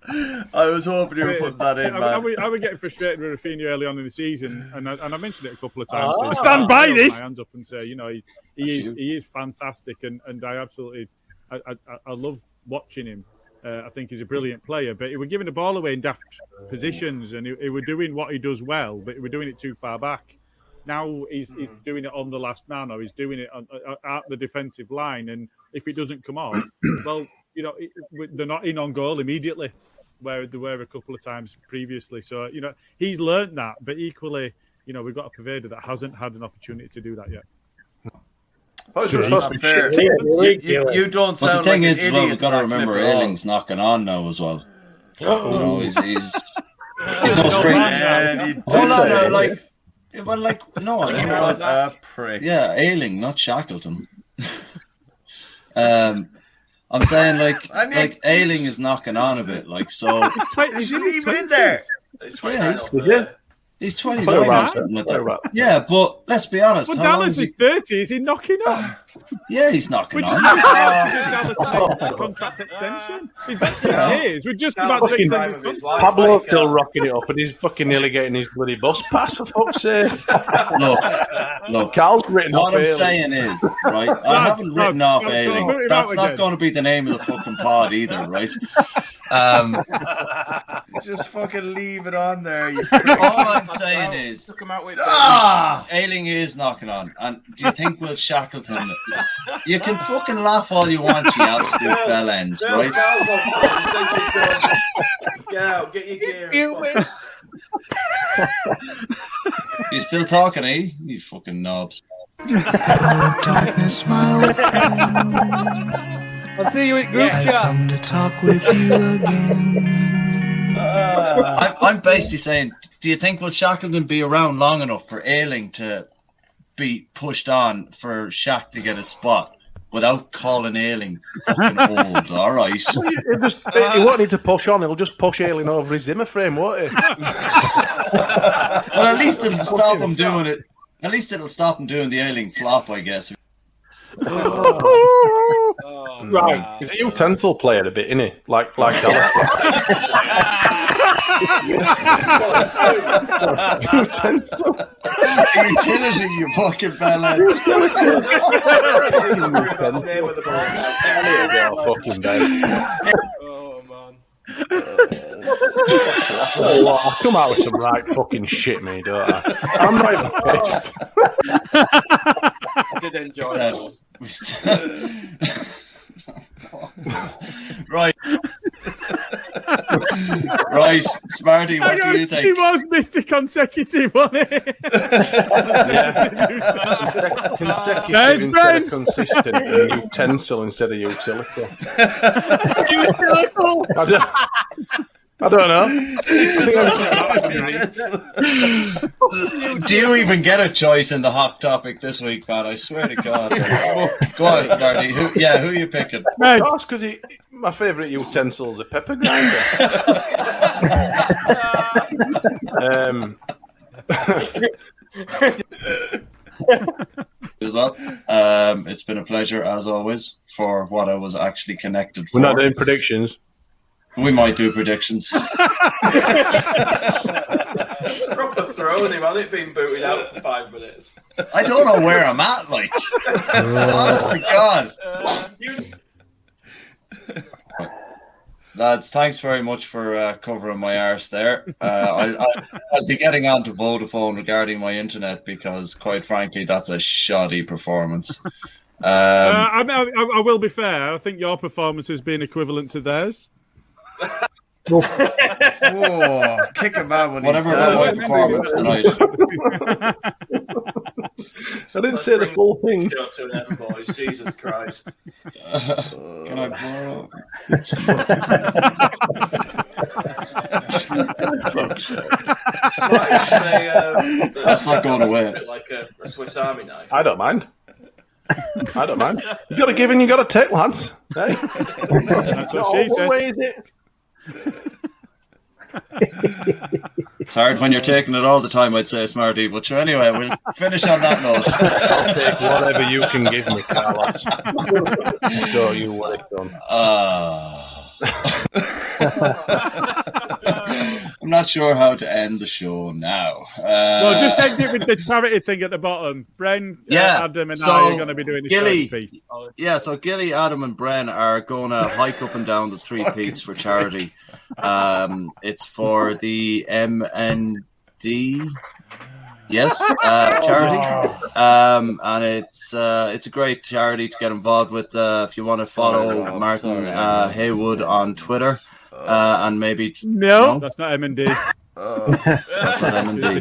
B: I was hoping you were putting that in,
A: I,
B: man.
A: I, was- I was getting frustrated with Rafinha early on in the season, and I, and I mentioned it a couple of times.
D: Ah.
A: I stand by
D: Yeah.
A: this. My hands up and say, you know, he, he is he is fantastic, and, and I absolutely, I, I, I love watching him. Uh, I think he's a brilliant player, but he were giving the ball away in daft positions, and he, he were doing what he does well, but he were doing it too far back. Now he's, he's doing it on the last man, or he's doing it on, uh, at the defensive line, and if it doesn't come off, well, you know, it, we- they're not in on goal immediately where they were a couple of times previously. So, you know, he's learned that, but equally, you know, we've got a Pervader that hasn't had an opportunity to do that yet.
G: Those were
I: It's
G: supposed to be
I: not fair.
G: shit teams.
I: You-
B: you- you don't
I: But the
B: sound
I: thing
B: like an
I: is, as well,
B: idiot
I: we've got to
B: back
I: remember
B: there at all.
I: Ailing's knocking on now
B: [gasps]
I: as well. You
B: Oh.
I: know, he's, he's, he's no spring.
B: And he
I: Hold on,
B: did
I: no,
B: it.
I: like, well, like, no, I don't
B: What
I: know. uh,
B: a prick.
I: Yeah, Ailing, not Shackleton. um, I'm saying like,
B: [laughs] I mean-
I: like Ailing is knocking on a bit, like
G: [laughs]
I: so.
B: He's even in there.
I: Yeah, he's, he's 29
A: Play around,
I: or something like
A: play
I: that. Yeah, but let's be honest.
A: Well,
I: how long
A: Dallas
I: he-
A: is 30. Is he knocking on?
I: [sighs] Yeah, he's knocking
A: Which is
I: on.
A: Dallas signed
I: [laughs]
A: [laughs] a contract extension. He's got two
I: Yeah.
A: years. We're just about to
G: Fucking
A: extend his contract.
G: Pablo still rocking it up, and he's fucking nearly getting his bloody bus pass for fuck's sake.
I: Look, look,
G: Carl's written
I: What
G: off
I: I'm
G: Ailing.
I: saying is, right, I
G: Lads,
I: haven't written
G: lads,
I: off
G: lads, I'll boot
I: Ailing.
G: him
I: That's
G: out
I: not
G: again.
I: going to be the name of the fucking pod
G: [laughs]
I: either, right? Um,
B: Just fucking leave it on there. You
I: [laughs] all I'm saying is,
F: Took him out with
I: ah, Ailing is knocking on. And do you think Will Shackleton? You
B: [laughs]
I: can fucking laugh all you want, you absolute bell ends,
F: Don't
I: right?
F: tell someone.
M: Get out. Get your gear.
I: You still talking, eh? You fucking knobs.
C: [laughs] I'll see you at group
E: I've
C: chat.
E: come to talk with you again.
I: I'm, I'm basically saying, do you think will Shackleton be around long enough for Ailing to be pushed on for Shaq to get a spot without calling Ailing fucking old? All right.
G: He'll just, he won't need to push on. He'll just push Ailing over his Zimmer frame,
A: [laughs]
G: won't he?
I: Well, at least it'll stop him doing it. At least it'll stop him doing the Ailing flop, I guess.
G: right. He's a utensil player a bit, isn't he? Like like Dallas. utensil.
I: Utility, you fucking bellend.
G: Oh, fucking day.
E: Oh,
G: I come out with some right fucking shit, me, don't I? I'm not even pissed.
M: I did enjoy
F: [laughs]
M: that.
I: right. [laughs] right, Smarty, what
A: Hang
I: do you
A: on, He
I: think?
A: was Mr. Consecutive, wasn't he?
I: [laughs]
G: Consecutive
A: There's
G: instead
A: Brent.
G: of consistent, and utensil instead of utility. I don't, I don't know.
I: Do you even get a choice in the hot topic this week, man? I swear to God. Go on, Smarty. Who, yeah, who you picking?
G: Nice. because my favourite utensil is a pepper grinder. um,
I: As well. Um, it's been a pleasure, as always, for what I was actually connected for.
G: we're not doing predictions.
I: We might do predictions.
F: It's proper throwing him, hasn't it? Being booted out for five minutes.
I: I don't know where I'm at,
F: [laughs]
I: like. Honest to God. Lads, thanks very much for uh, covering my arse there. Uh, I, I, I'll be getting on to Vodafone regarding my internet because, quite frankly, that's a shoddy performance.
A: Uh,
I: Um,
A: I, I, I will be fair. I think your performance has been equivalent to theirs. [laughs]
B: Whoa, kick him out when
A: Whatever
B: he's
A: about
B: down.
A: my performance tonight.
G: I didn't say the full thing.
F: Shout to them, boys. Jesus
G: [laughs]
F: Christ.
I: Can
B: Uh,
I: I
B: [laughs]
I: borrow?
F: That's
I: That's not going away.
F: Like a, a Swiss Army knife.
G: I don't mind. I don't mind. You got to give and you got to take, lads. Hey?
A: That's what she said.
G: Way is it?
I: It's hard when you're taking it all the time, I'd say, Smarty. But sure, anyway, we'll finish on that note.
G: [laughs] I'll take whatever you can give me, Carlos. [laughs] do you worry, son.
I: Ah. [laughs] I'm not sure how to end the show now. Uh,
A: well, just end it with the charity thing at the bottom. Bren,
I: yeah,
A: uh, Adam, and
I: so,
A: I are going to be doing a
I: Gilly,
A: charity piece.
I: Yeah, so Gilly, Adam, and Bren are going to hike up and down the three peaks for charity. Um, it's for the MND. Yes, uh, charity, um, and it's uh, it's a great charity to get involved with. Uh, if you want to follow Martin uh, Haywood on Twitter, uh, and maybe
A: No, that's not M and D.
I: That's not
A: [laughs]
I: M&D.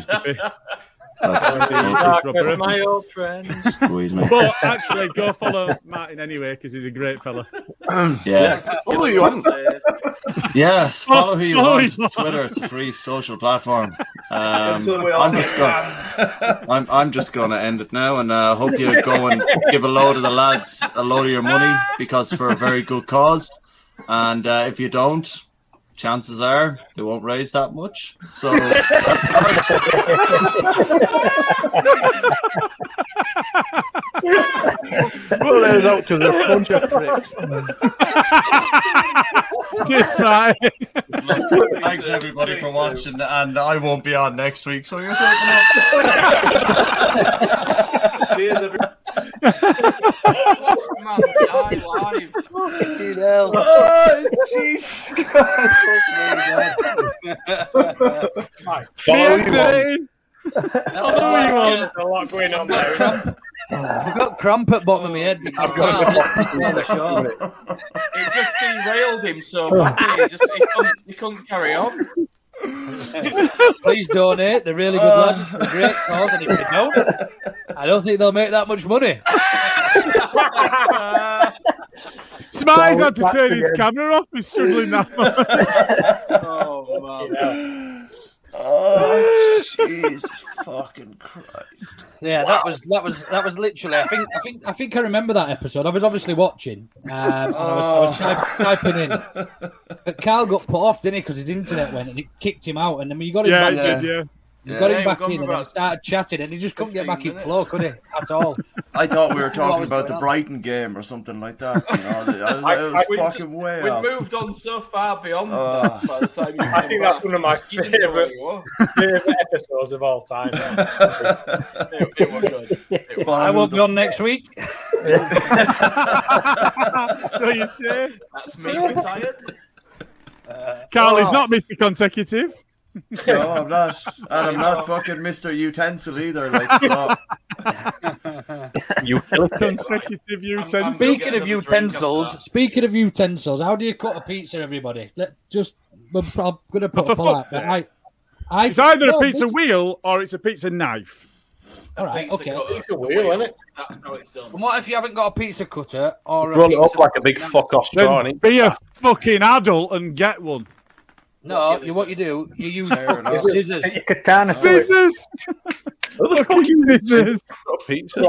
I: That's
A: That's
D: my old friend.
I: Squeeze me.
A: But actually, go follow Martin anyway because he's a great fella.
I: [clears throat] Yeah.
G: Follow you want.
I: Yes, follow who you
A: Oh,
I: want.
A: he's
I: It's Twitter. It's a free social platform. Um,
F: Until we all
I: I'm just
F: get
I: going. I'm I'm just going to end it now, and uh, hope you go and give a load of the lads a load of your money because for a very good cause. And uh, if you don't, chances are they won't raise that much. So
G: Well, there's out because they're a bunch of pricks.
A: Cheers, Martin.
I: thanks everybody for watching, and I won't be on next week. So you're sorry.
F: Cheers, everyone. Man, die live. Fucking hell.
E: Oh, Jesus
G: Follow you on.
D: Although you want. There's a lot going on there.
C: I've got cramp at bottom of my head. because
F: I've got
C: I'm
F: a lot
C: wearing the short.
F: It just derailed him so badly. It just, he, couldn't, he couldn't carry on.
C: Please donate. They're really good lads. It's a great cause, and if you don't, I don't think they'll make that much money.
A: Smiles [laughs]
C: Well,
A: had to
C: back
A: turn his
C: again.
A: camera off. He's struggling now.
I: [laughs]
C: oh, man.
I: Oh, Jesus fucking Christ.
C: Yeah, that was that was that was literally. I think I think I think I remember that episode. I was obviously watching. Um, and I
I: Oh.
C: was, I was type, typing in, but Carl got put off, didn't he? Because his internet went and it kicked him out. And then we got him
A: Yeah,
C: back.
A: it did,
C: in.
A: yeah.
C: You
I: Yeah.
C: got
I: Yeah,
C: him
I: we
C: back
I: got
C: in
I: him
C: and he
I: about
C: started chatting, and he just couldn't get back in flow, could he? At all.
I: [laughs] I thought
C: [laughs]
I: we were
C: That's what I
I: talking
C: was
I: about the
C: going on.
I: Brighton game or something like that. You know, the- I,
F: I-
I: I was
F: I- we'd
I: fucking
F: just-
I: way
F: We'd
I: off.
F: moved on so far beyond
I: Oh.
F: that by the time you
D: I
F: came
D: think
F: back.
D: that's one of
F: [laughs]
D: my
F: You didn't know where
D: favourite
F: you were.
D: favourite episodes of all time. [laughs] it, it was good. It was.
I: [laughs]
C: I won't be on next week.
A: Don't you see?
F: That's me
I: [laughs]
F: retired.
A: Carl is
F: oh.
A: not Mr. Consecutive.
I: [laughs] No, I'm not. And I'm not fucking Mr. Utensil either. Like, so. [laughs]
G: You
A: consecutive utensils.
C: Speaking of utensils, speaking of utensils, how do you cut a pizza, everybody? Let just I'm going to put
A: For
C: a poll out
A: fuck's
C: there. I,
A: sake.
C: I,
A: It's either
C: no,
A: a pizza
C: this-
A: wheel or it's a pizza knife.
C: All right,
F: Pizza
C: okay.
F: cutter. That's how it's done.
C: And what if you haven't got a pizza cutter or a
G: Run it
C: pizza
G: up like a big fuck off straw.
A: Then be a fucking adult and get one.
C: No, you, what you do, you use fucking
A: enough.
C: scissors.
A: Get your katana for it. Scissors! [laughs]
G: fucking
A: scissors!
G: Pizza.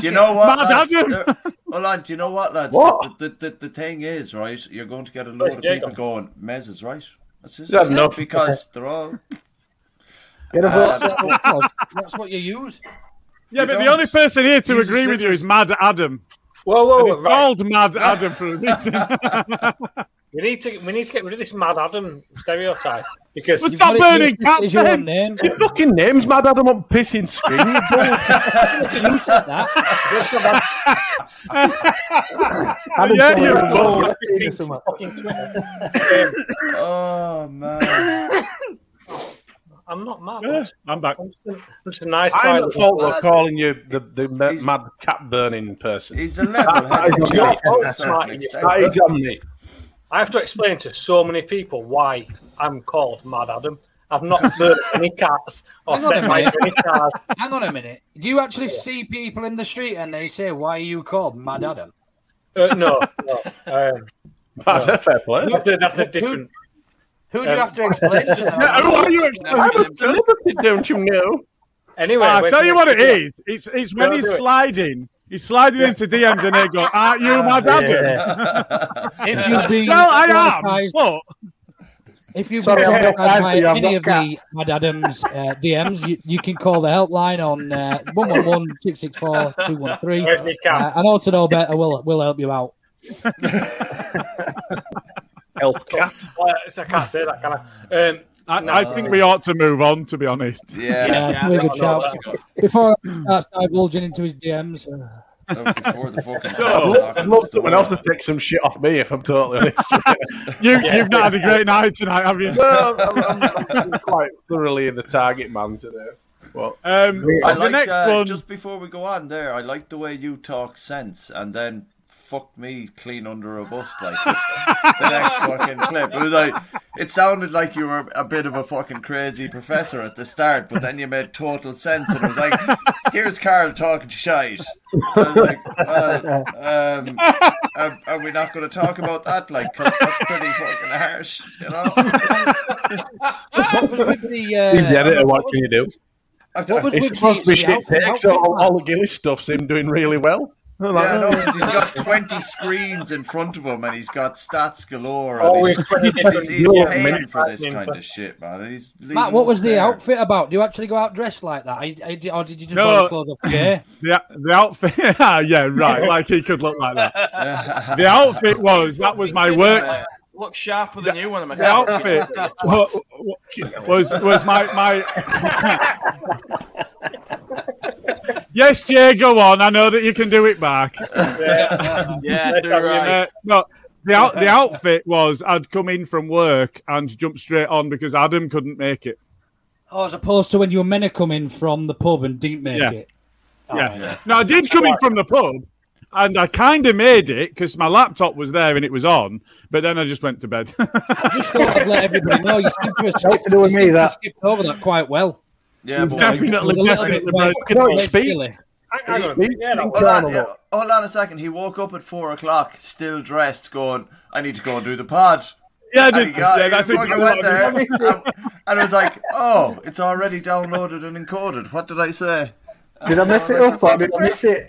I: Do you know what?
A: Mad
I: lads?
A: Adam!
I: Uh, Hold on, do you know what, lads?
G: What?
I: The, the, the, the thing is, right? You're going to get a load of
G: Yeah,
I: people going, Mez is right. That's it.
G: Yeah, no.
I: Because they're all.
B: Get a
I: Uh,
B: vote.
C: That's what you use.
A: Yeah,
C: You
A: but the
C: don't.
A: only person here to
C: Use the
A: agree with you is Mad Adam.
D: Whoa, whoa,
A: And he's
D: right.
A: called Mad Adam
D: [laughs]
A: for a reason.
D: We need to we need to get rid of this Mad Adam stereotype because
A: Well, stop burning cats then.
D: [laughs]
G: Your fucking name's Mad Adam on pissing screen. you bull.
A: [laughs]
B: Adam
G: Yeah,
B: Sandler
G: you're
B: and
G: a bull.
B: Will Smith or something.
I: Oh, man.
D: I'm not mad.
A: I'm back.
D: I'm just a, I'm just a nice guy.
G: I'm at
D: that-
G: fault for calling you the, the ma- mad cat burning person.
I: He's a level
G: [laughs] That
I: headed
G: is on me.
D: Oh, it's not in your-
G: That is on me.
D: I have to explain to so many people why I'm called Mad Adam.
C: [laughs]
D: I've not burnt any cats or
C: Hang on a
D: set fire
C: minute.
D: to any cars.
C: Hang on a minute. Do you actually see people in the street and they say, "Why are you called Mad Adam"?
D: Uh, no, no. Um,
G: That's a fair play.
D: that's, a, that's a different.
C: Who do you
D: Um,
C: have to
D: [laughs]
A: [laughs]
C: explain? It's just-
A: Yeah, who are you
G: I was
A: explaining?
G: deliberately, don't you know?
D: Anyway,
A: Ah, I
D: wait,
A: tell you
D: wait,
A: what it
D: wait.
A: is. It's it's when
D: Don't
A: he's
D: do it.
A: sliding. He's sliding into DMs and they go, "Aren't you Mad Adam?"
C: [laughs] If
A: [laughs]
C: you've been
A: Well, I am.
C: traumatized-
A: But
C: If you've
B: Sorry,
C: been
B: I've got time for
C: traumatized by
B: you, I've
C: any
B: got
C: of the
B: cats.
C: Mad Adams uh, DMs, you, you can call the helpline on uh, 111 664 213.
D: Where's my cat?
C: I know to Uh, know better. We'll, we'll help you
I: [laughs]
C: out.
G: Help cat.
D: Uh, so I can't say that, can I? Um,
A: I,
D: no.
A: I think we ought to move on. To be honest,
C: Yeah,
I: Yeah.
C: it's a really
D: I
C: good
D: don't
I: Oh,
D: know
C: shout.
D: that.
C: Before I start divulging into his DMs, uh,
I: Oh, Before
D: [laughs]
I: the fucking.
A: So-
G: I'd love someone else to take some shit off me if I'm totally honest.
A: [laughs] you you've not had a great night tonight, have you?
G: well, I'm, I'm, I'm quite thoroughly the target man today. Well,
A: Um,
I: I
A: the
I: like
A: next
I: uh,
A: one.
I: Just before we go on, there, I like the way you talk sense and then fuck me clean under a bus
A: [laughs]
I: like the next fucking clip. It was like it sounded like you were a bit of a fucking crazy professor at the start, but then you made total sense, and it was like, here's Carl talking shite. I was like, well, um, are, are we not going to talk about that? Like, 'cause that's pretty fucking harsh, you know.
C: what was with the. Uh,
G: he's the editor. What can you do?
C: [laughs]
I: I've
C: What was
G: It's
C: with
G: supposed to
C: the-
G: be
C: the
G: shit
C: outfit-
G: takes.
C: outfit
G: All,
C: plan?
G: all the Gillies stuff's him doing really well. I'm like,
I: Yeah,
G: oh,
I: no, 'cause he's got 20 screens in front of him and he's got stats
L: Oh,
I: galore. and
D: Always
I: he's,
D: 20
I: he's,
D: different
I: he's
G: You're a
I: paying
G: minute
I: for this
D: admin. [laughs]
I: kind of shit, man. and He's leaving
C: Matt, what was
I: us
C: the
I: there.
C: outfit about? Do you actually go out dressed like that? I, I, or did you just
A: No.
C: wear the clothes
A: [clears throat]
C: off? Yeah.
A: The, the outfit, [laughs] Ah, yeah, right. Like he could look like that. the outfit was that was my work.
F: Uh, Look sharper than you, one of my [laughs]
A: The outfit [laughs] wa- wa- was was my [laughs] my. yes, Jay, go on. I know that you can do it back.
F: Yeah, yeah, do right.
A: Uh, no, the out, the outfit was I'd come in from work and jump straight on because Adam couldn't make it.
C: Oh, as opposed to when your men are coming from the pub and didn't make
A: Yeah.
C: it.
A: yeah. Now I did come in from the pub, and I kind of made it because my laptop was there and it was on. But then I just went to bed.
C: Just thought I'd let everybody know you skipped, you skipped,
A: to do with
C: you
A: me, [laughs]
C: skipped- you
A: that.
C: skipped over that quite well.
B: Yeah,
C: It was
B: but-
C: like- it was a
B: Definitely,
C: little bit
B: definitely,
C: like-
B: bro. Can I speak?
C: silly.
B: Hang on a minute.
C: Yeah, no,
B: hold,
C: well,
B: on, yeah, hold on a second. He woke up at four o'clock, still dressed, going, "I need to go and do the pod."
A: Yeah, I
B: And
A: did.
B: he got-
A: Yeah,
B: he
A: that's
B: fucking
A: exactly
B: went
A: what I did.
B: there, and, and I was like, "Oh, it's already downloaded and encoded. What did I say?"
L: Did I mess it up or did I miss it?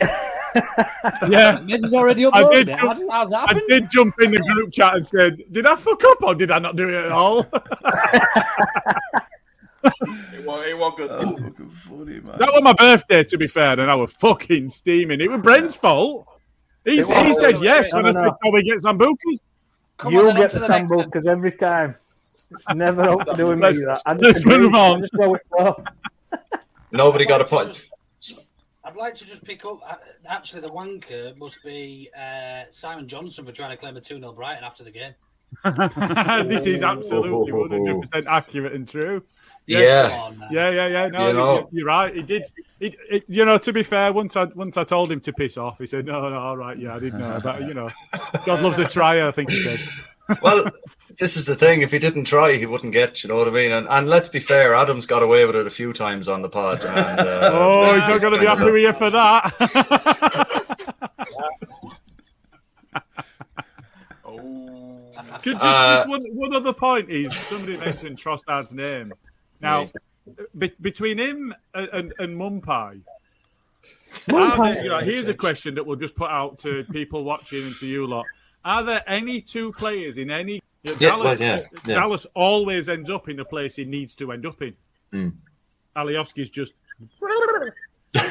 A: Yeah,
C: Mitch has already uploaded
A: I did,
C: it.
A: jump,
C: Hasn't- has it
A: I
C: happened?
A: did jump in the group chat and said, "Did I fuck up or did I not do it at all?" [laughs]
F: It was, it was good.
A: That was my birthday, to be fair, and I was fucking steaming. It was Brent's fault. He,
L: It
A: he
L: was.
A: said yes
L: No,
A: when
L: no,
A: I said,
L: no.
A: "Can we get sambucas?"
L: you get the sample because every time. It's never up to doing me
A: Let's-
L: that. I just
A: let's
L: agree.
A: move on.
L: I just go with flow.
I: Nobody got a point.
C: I'd like to just pick up. uh, Actually, the wanker must be uh, Simon Johnson for trying to claim a 2 0 Brighton after the game.
A: [laughs] this is absolutely one hundred [laughs] percent accurate and true.
I: Yeah.
A: yeah, yeah, yeah. yeah. No,
I: You
A: you
I: know.
A: are right. He did. He, he- you know, to be fair, once I once I told him to piss off, he said, "No, no, all right, yeah, I did know." But
I: [laughs]
A: you know, God loves a tryer. I think he said.
I: well, this is the thing. If he didn't try, he wouldn't get. You know what I mean? And, and let's be fair, Adam's got away with it a few times on the pod. And, uh,
A: [laughs] oh, he's not going to be happy with you for that. Could just,
I: Uh,
A: just one, one other point is somebody mentioned Trostad's name. Now, be, between him and, and, and Mumpai, are
E: Mumpai.
A: there- you know, here's a question that we'll just put out to people watching and to you lot. Are there any two players in any
I: Yeah, well,
A: Dallas,
I: yeah, yeah.
A: Dallas always ends up in the place he needs to end up in.
I: Hmm.
A: Alioski's just Like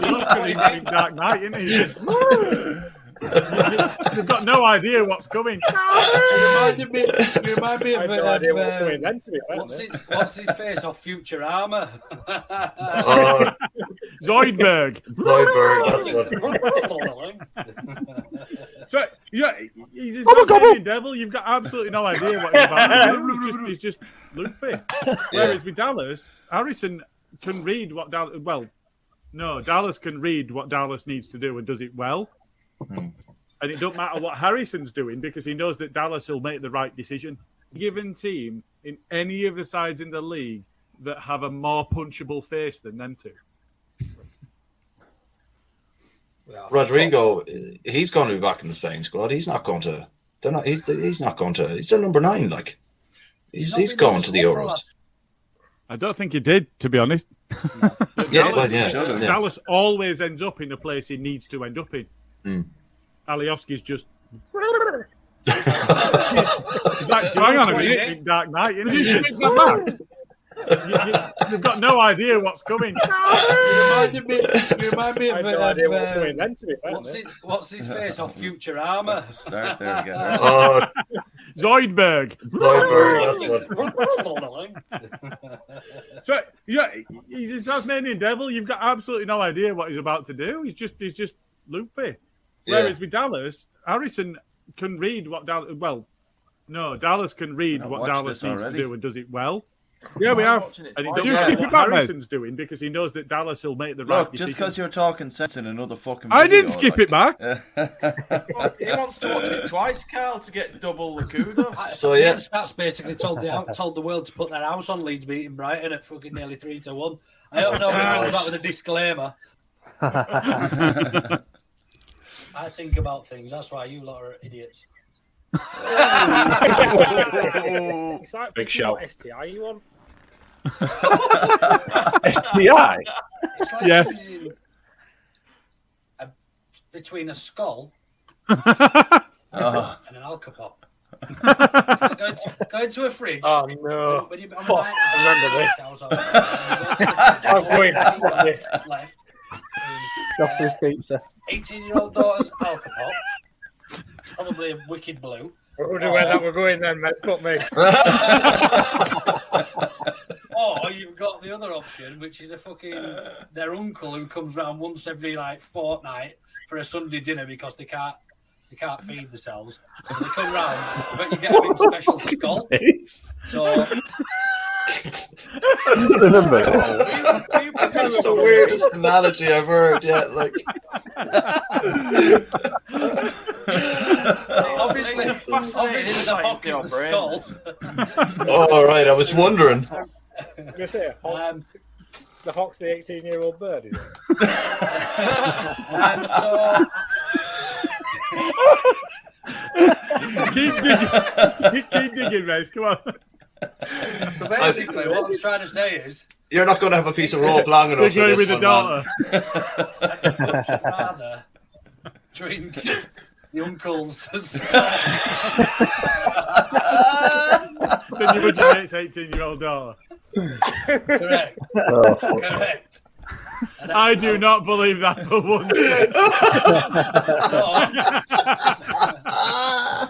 A: Joker, he's in Dark Knight, isn't he? You've got no idea what's coming.
C: You reminded me, you remind me
D: [laughs] I
C: of.
D: had no idea what
C: uh,
D: was going on, to be honest.
C: what's, his, what's his face off Future Armour?
D: [laughs]
I: Oh.
A: Zoidberg.
I: Zoidberg, that's
A: So yeah, he's his
E: Oh my
A: oh
E: God.
A: devil. You've got absolutely no idea what he's about. to do. He's just, he's just loopy. Whereas with Dallas, Harrison can read what Dallas. Well, no, Dallas can read what Dallas needs to do and does it well. And it don't matter what Harrison's doing because he knows that Dallas will make the right decision. Given team in any of the sides in the league that have a more punchable face than them two.
I: Rodrigo, he's going to be back in the Spain squad. He's not going to. They're not. He's, he's not going to. He's a number nine. Like he's he's going to the Euros.
A: I don't think he did, to be honest.
I: Yeah, well,
A: Dallas,
I: yeah, yeah.
A: Dallas always ends up in the place he needs to end up in.
G: [laughs]
I: Hmm.
A: Alioski's just. He's like, hang on a
B: eh?
A: minute, in Dark Knight. You, know, you, you, have got no idea what's coming.
C: You reminded me, you remind me of.
D: I had no idea what was
C: um,
D: going on, to be fair,
C: what's,
D: mate.
C: his, what's his face off Future Armour?
B: Start there again.
C: Uh,
I: Oh.
A: Zoidberg.
I: Zoidberg,
C: [laughs]
I: that's [laughs]
A: So yeah, he's a Tasmanian devil. You've got absolutely no idea what he's about to do. He's just he's just loopy.
I: Yeah.
A: Whereas with Dallas, Harrison can read what Dallas. Well, no, Dallas can read what
I: watched
A: Dallas
I: this
A: needs
I: already.
A: to do and does it well. Yeah, we
B: I'm
A: have.
B: watching it
A: And it
B: twice.
A: don't
B: You
A: matter
B: skip
A: what
B: it back, mate.
A: Harrison's doing because he knows that Dallas will make the right
B: Look,
A: decision.
B: just because you're talking sense in another fucking.
A: I
B: video,
A: didn't skip
B: like-
A: it back.
B: [laughs]
F: He wants to watch it twice, Carl, to get double the kudos.
I: So yeah.
C: Stats basically told the told the world to put their house on Leeds beating Brighton at fucking nearly three to one. I hope nobody comes back with a
D: [laughs]
C: disclaimer. I think about things. That's why you lot are idiots.
D: [laughs] It's like
G: Big
D: Big
G: shout.
D: shout. STI you on?
G: STI.
C: It's like
G: Yeah.
C: choosing a- between a skull
B: Oh.
C: and an [laughs] alcopop. It's like going, to, going to a fridge.
D: Oh no!
C: When you, when you,
D: Fuck,
C: on a night
D: remember this?
C: out, so
D: [laughs]
C: I'm
D: I'm going out with this.
C: left.
L: Doctor's pizza.
C: 18 year old daughter's alcohol, probably a wicked blue.
D: I wonder where that we're going then,
C: [laughs]
D: mate. Fuck
A: [laughs]
D: me.
C: Or Oh, you've got the other option, which is a fucking their uncle who comes round once every like fortnight for a Sunday dinner because they can't they can't feed themselves. So they come round, but you get a big special skull. So
L: Remember.
C: we, we
I: [laughs] That's the weirdest analogy I've heard yet.
B: [laughs]
I: Like, [laughs]
B: Obviously, it's a fascinating insight into the [laughs] skulls.
I: all right, I was wondering.
D: You say a hawk-
C: Um,
D: the hawk's the 18 year old bird, is it?
C: [laughs] Um,
A: keep digging, keep digging, Rez. Come on.
C: So basically, what I'm trying to say is,
I: You're not going to have a piece of rope long enough for
A: Particularly
I: this
A: with
I: one,
A: a daughter.
I: man.
C: rather drink the uncle's. [laughs] then
A: Then you would your [laughs] mate's 18 year old daughter.
C: Correct.
A: Oh, fuck.
C: Correct. And
A: I do not believe that for one second.
C: So,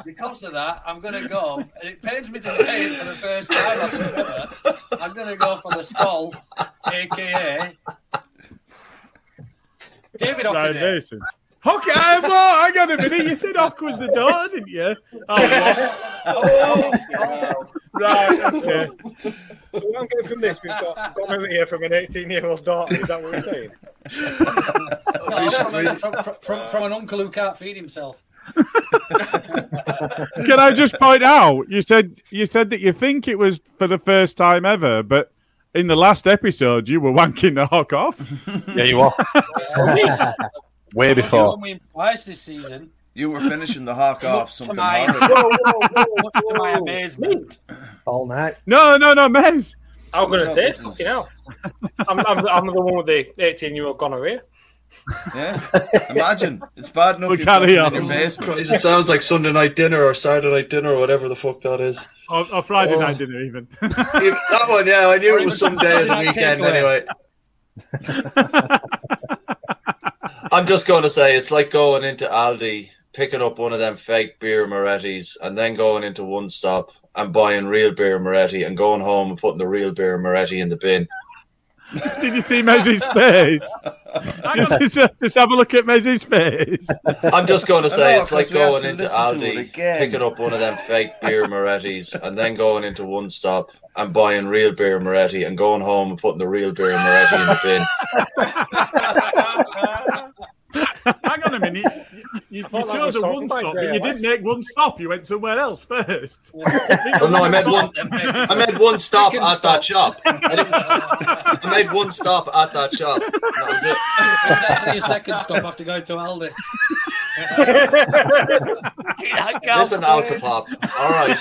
C: because of that, I'm going to go, and it pains me to say it for the first time, I've done it, I'm going to go for the skull, aka David
A: Brian
C: Hockney.
A: Mason. Hockey, uh, well, hang on a minute. You said Hock was the daughter, didn't you? Oh, well. right,
D: [laughs]
A: okay.
D: So what I'm getting from this, we've got gone over here from an 18 year old daughter. Is that what we're saying?
C: No, from, from, from, from, from an uncle who can't feed himself.
A: Can I just point out? You said you said that you think it was for the first time ever, but in the last episode, you were wanking the Hock off.
N: Yeah, you were.
A: Way
C: When we twice this season,
O: You were finishing the hawk off
C: to
O: something
C: my,
O: horrible.
C: much to my amazement,
P: All night.
A: No, no, no, Mez.
Q: I'm going to
I: Oh,
C: No,
Q: say,
C: this is-
Q: fucking hell. I'm, I'm, I'm the one with the 18 year old gonorrhea.
O: Imagine it's bad enough.
I: We
O: you've
I: can't
O: got
I: hear.
O: it in your basement.
I: Christ, it sounds like Sunday night dinner or Saturday night dinner or whatever the fuck that is.
A: Or, or Friday
I: Oh.
A: night dinner, even.
I: that one, yeah, I knew it was some day of the weekend
A: Sunday night takeaway.
I: anyway. [laughs] I'm just going to say it's like going into Aldi, picking up one of them fake beer Moretti's, and then going into One Stop and buying real beer Moretti and going home and putting the real beer Moretti in the bin.
A: [laughs] Did you see Mez's [laughs] face? just, just, just have a look at Mez's face.
I: I'm just going
A: [laughs]
I: to say it's like
A: we have
I: going
A: to
I: into
A: listen to it
I: Aldi,
A: again.
I: picking up one of them fake beer Moretti's, and then going into One Stop and buying real beer Moretti and going home and putting the real beer Moretti in the bin.
A: Hang on a minute. You, you,
D: I
A: you
D: thought that
A: chose
D: was
A: a
D: talking
A: one
D: about
A: stop, but
D: Jay
A: you didn't
D: West.
A: make one stop. You went somewhere else first.
I: Well, no, I made one. I made one stop at that shop. I made one stop at that shop. That was it.
C: it was actually your second stop after going to Aldi. I can't
I: Listen,
C: believe-
I: Alcapop. All right,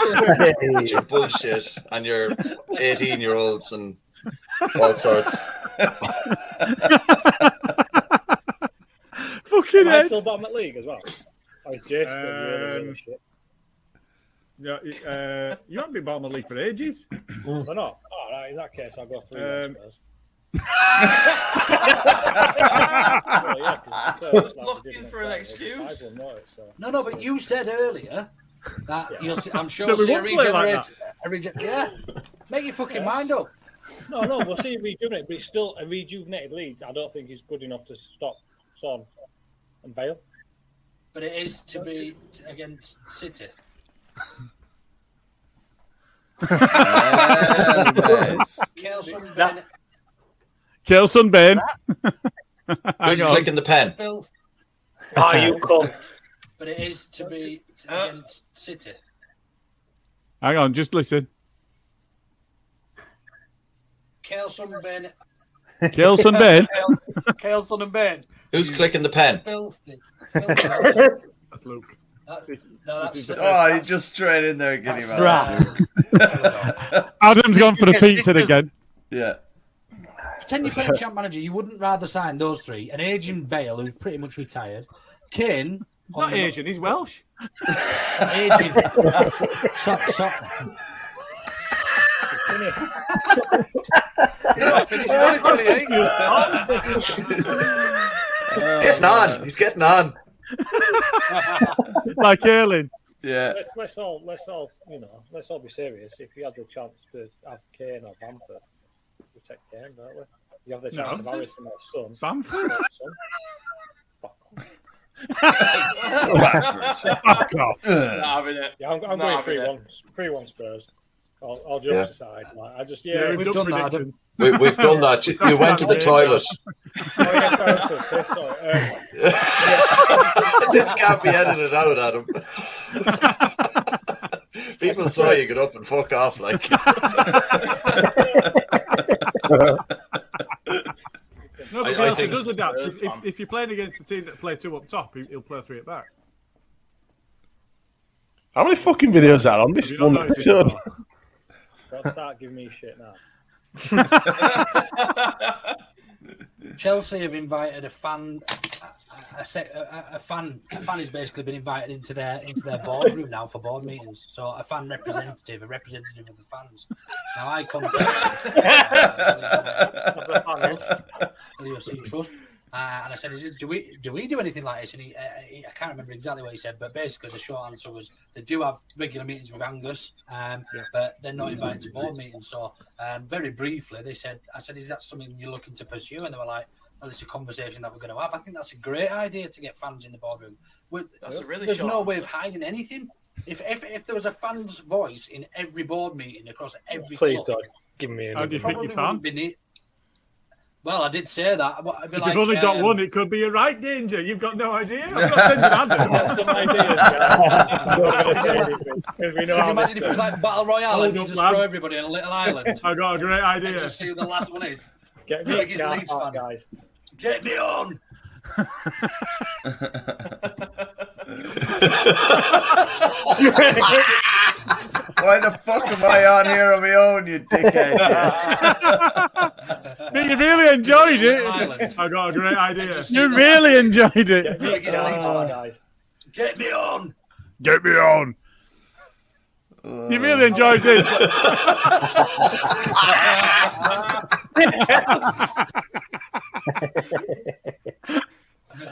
I: With your bullshit and your eighteen-year-olds and all sorts.
A: [laughs] Fucking
D: Am I
A: head.
D: still bottom at league as well? I was Jason. really, really
A: Um,
D: shit.
A: Yeah, it- uh, you haven't been bottom of the league for [clears throat] ages.
D: We're not. All right, in that case, I'll go three.
A: Um,
D: I suppose. [laughs] well, yeah, 'cause the third
C: Just
D: lap we did
C: looking
D: make
C: for an
D: that,
C: excuse.
D: I won, right, so.
C: No, no, but you said earlier that you'll see, I'm sure
D: [laughs] That we
C: see a
D: won't play like
C: regenerate.
D: that.
C: a rege- yeah, make your fucking mind up.
D: No, no, we'll see rejuvenate, but he's still a rejuvenated Leeds. I don't think he's good enough to stop Son and Bale.
C: But it is to be t- against City.
A: [laughs]
C: Kelson, Ben,
A: Kelson
I: [laughs]
A: Bain.
I: Who's clicking the pen?
C: Filth.
I: Ah, you
Q: cunt.
C: But it is to be t- against City.
A: Hang on, just listen.
C: Kelson, Ben. [laughs]
A: Kelson Bain.
C: Kel- Kelson and Ben.
I: Who's clicking the pen?
C: Filthy.
A: That's Luke.
C: That, no, that's,
O: Oh, you just straight in there, Giddy
C: That's
O: man.
C: [laughs] right.
A: Adam's gone for the
C: Because-
A: pizza
C: because-
A: again.
O: Yeah.
C: Pretend you're playing champ manager. You wouldn't rather sign those three: an Asian Bale who's pretty much retired, Kane.
A: He's not Asian. He's Welsh. [laughs]
C: Asian. so, so,
A: [laughs]
I: getting on. He's getting on.
A: like Erling.
O: Yeah.
D: Let's, let's all let's all you know let's all be serious. If you had the chance to have Kane or Bamford, we take Kane, don't we? You have the
A: No,
D: chance of
A: Bamford.
D: Harrison or Son.
A: Bamford.
D: Son. Fuck off.
A: Bamford. Fuck off.
D: Yeah,
B: [laughs]
D: I'm,
B: It's
D: I'm
B: not
D: going
B: having
D: three
B: it.
D: one. Three one Spurs.
M: All, all jokes
I: Yeah.
M: aside, like, I just
A: Yeah,
M: yeah,
A: we've done that,
M: predictions.
I: We, we've done that. You, you went to the toilet.
M: Oh, yeah, sorry, I took a piss, sorry. Um,
I: [laughs] this can't be edited out, Adam.
M: [laughs]
I: People saw you get up and fuck
B: [laughs]
I: off like.
A: [laughs] No, but he also does adapt. If, if, if you're playing against the team that play two up top, he- he'll play three at back.
G: How many fucking videos are on this
M: Have you not
G: one
M: noticed it
G: episode? [laughs]
M: Don't start giving me shit now.
C: [laughs] Chelsea have invited a fan. A, a, sec- a, a fan, a fan has basically been invited into their into their boardroom now for board meetings. So a fan representative, a representative of the fans. Now I
M: [laughs]
C: contact LUFC Trust, uh, and I said, Is it, "Do we do we do anything like this?" And he, uh, he, I can't remember exactly what he said, but basically the short answer was they do have regular meetings with Angus, um, but they're not invited to board meetings. So um, very briefly, they said, "I said, is that something you're looking to pursue?" And they were like. Well, it's a conversation that we're going to have. I think that's a great idea to get fans in the boardroom. With,
F: That's a really
C: there's
F: short
C: no way of
F: answer.
C: hiding anything. If, if if there was a fan's voice in every board meeting across every
M: Please
C: club,
M: don't give me
A: How do you
M: any.
A: think you found?
C: Be neat. Well, I did say that. but I'd be
A: If
C: like,
A: you've only got
C: um,
A: one, it could be a right danger. You've got no idea. I'm not sending Adam.
M: Because we
C: Could you
M: know how this
C: imagine if it
M: goes.
C: was like battle royale
A: Hold
C: and you
A: up,
C: just
A: lads.
C: throw everybody in a little
A: [laughs]
C: island?
A: I got a great
C: And
A: idea.
C: just see who the last one
A: [laughs]
C: is.
M: Get
C: The
M: me
C: biggest
M: on,
C: Leeds fan.
M: guys.
C: Get me
A: [laughs]
C: on.
B: Why the fuck am I on here on my own, you
A: [laughs]
B: dickhead?
A: But you really enjoyed it. I got a great idea. You really enjoyed it.
C: Get me on.
A: Get me on. You really enjoyed this.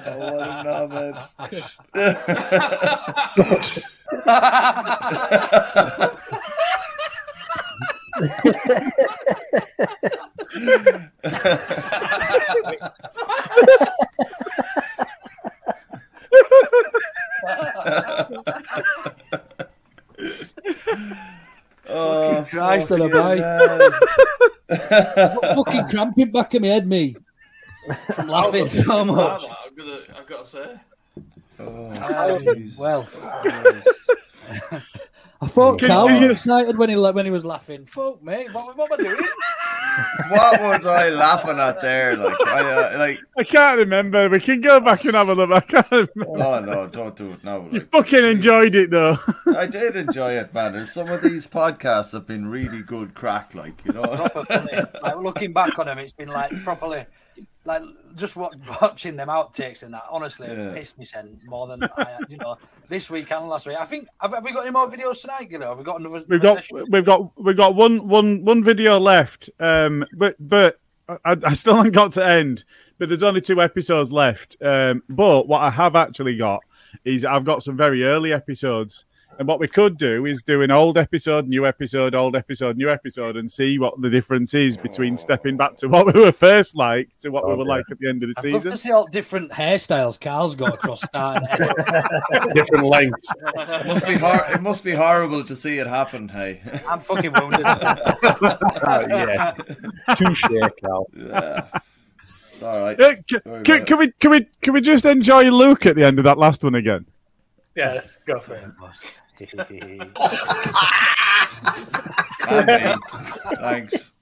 I: Oh,
B: Oh,
C: Christ on a
B: fucking
C: bike. [laughs] fucking cramping back in my head, me. I'm laughing
B: [laughs]
C: so much.
F: I've got to, I've got to say.
C: Um, well, I
F: thought
C: thought
F: Can-
C: Carl
F: Carl can
C: was
F: you-
C: excited when he when he was laughing. Fuck me, what, what am I doing?
B: [laughs] what was I laughing at there? Like, I, uh, like,
A: I can't remember. We can go back and have a look. I can't remember.
I: Uh,
B: oh no, don't do it now.
A: You fucking enjoyed it though. [laughs]
B: I did enjoy it, man. And some of these podcasts have been really good crack, like you know.
C: like looking back on them, it's been like properly, like just wa- watching them outtakes and that. Honestly,
B: Yeah.
C: pissed me send more than I, you know this week and last week. I think have, have we got any more videos tonight? You know, have we got another?
A: We've got we've got we've got one one one video left. Um, but but I, I still haven't got to end. But there's only two episodes left. Um, but what I have actually got is I've got some very early episodes. And what we could do is do an old episode, new episode, old episode, new episode, and see what the difference is between stepping back to what we were first like to what we were like at the end of the
C: I'd love
A: season.
C: to see all different hairstyles Carl's got across starting.
G: Different lengths.
B: It must be hor- it must be horrible to see it happen. Hey, Ah,
C: I'm
B: [laughs]
C: fucking wounded.
I: Oh,
G: yeah,
C: [laughs]
G: touche, Carl.
B: All right.
A: Uh, c- [laughs] can, can we can we can we just enjoy Luke at the end of that last one again?
M: Yes, go for
C: [laughs]
M: it.
B: Andy,
M: [laughs]
B: thanks.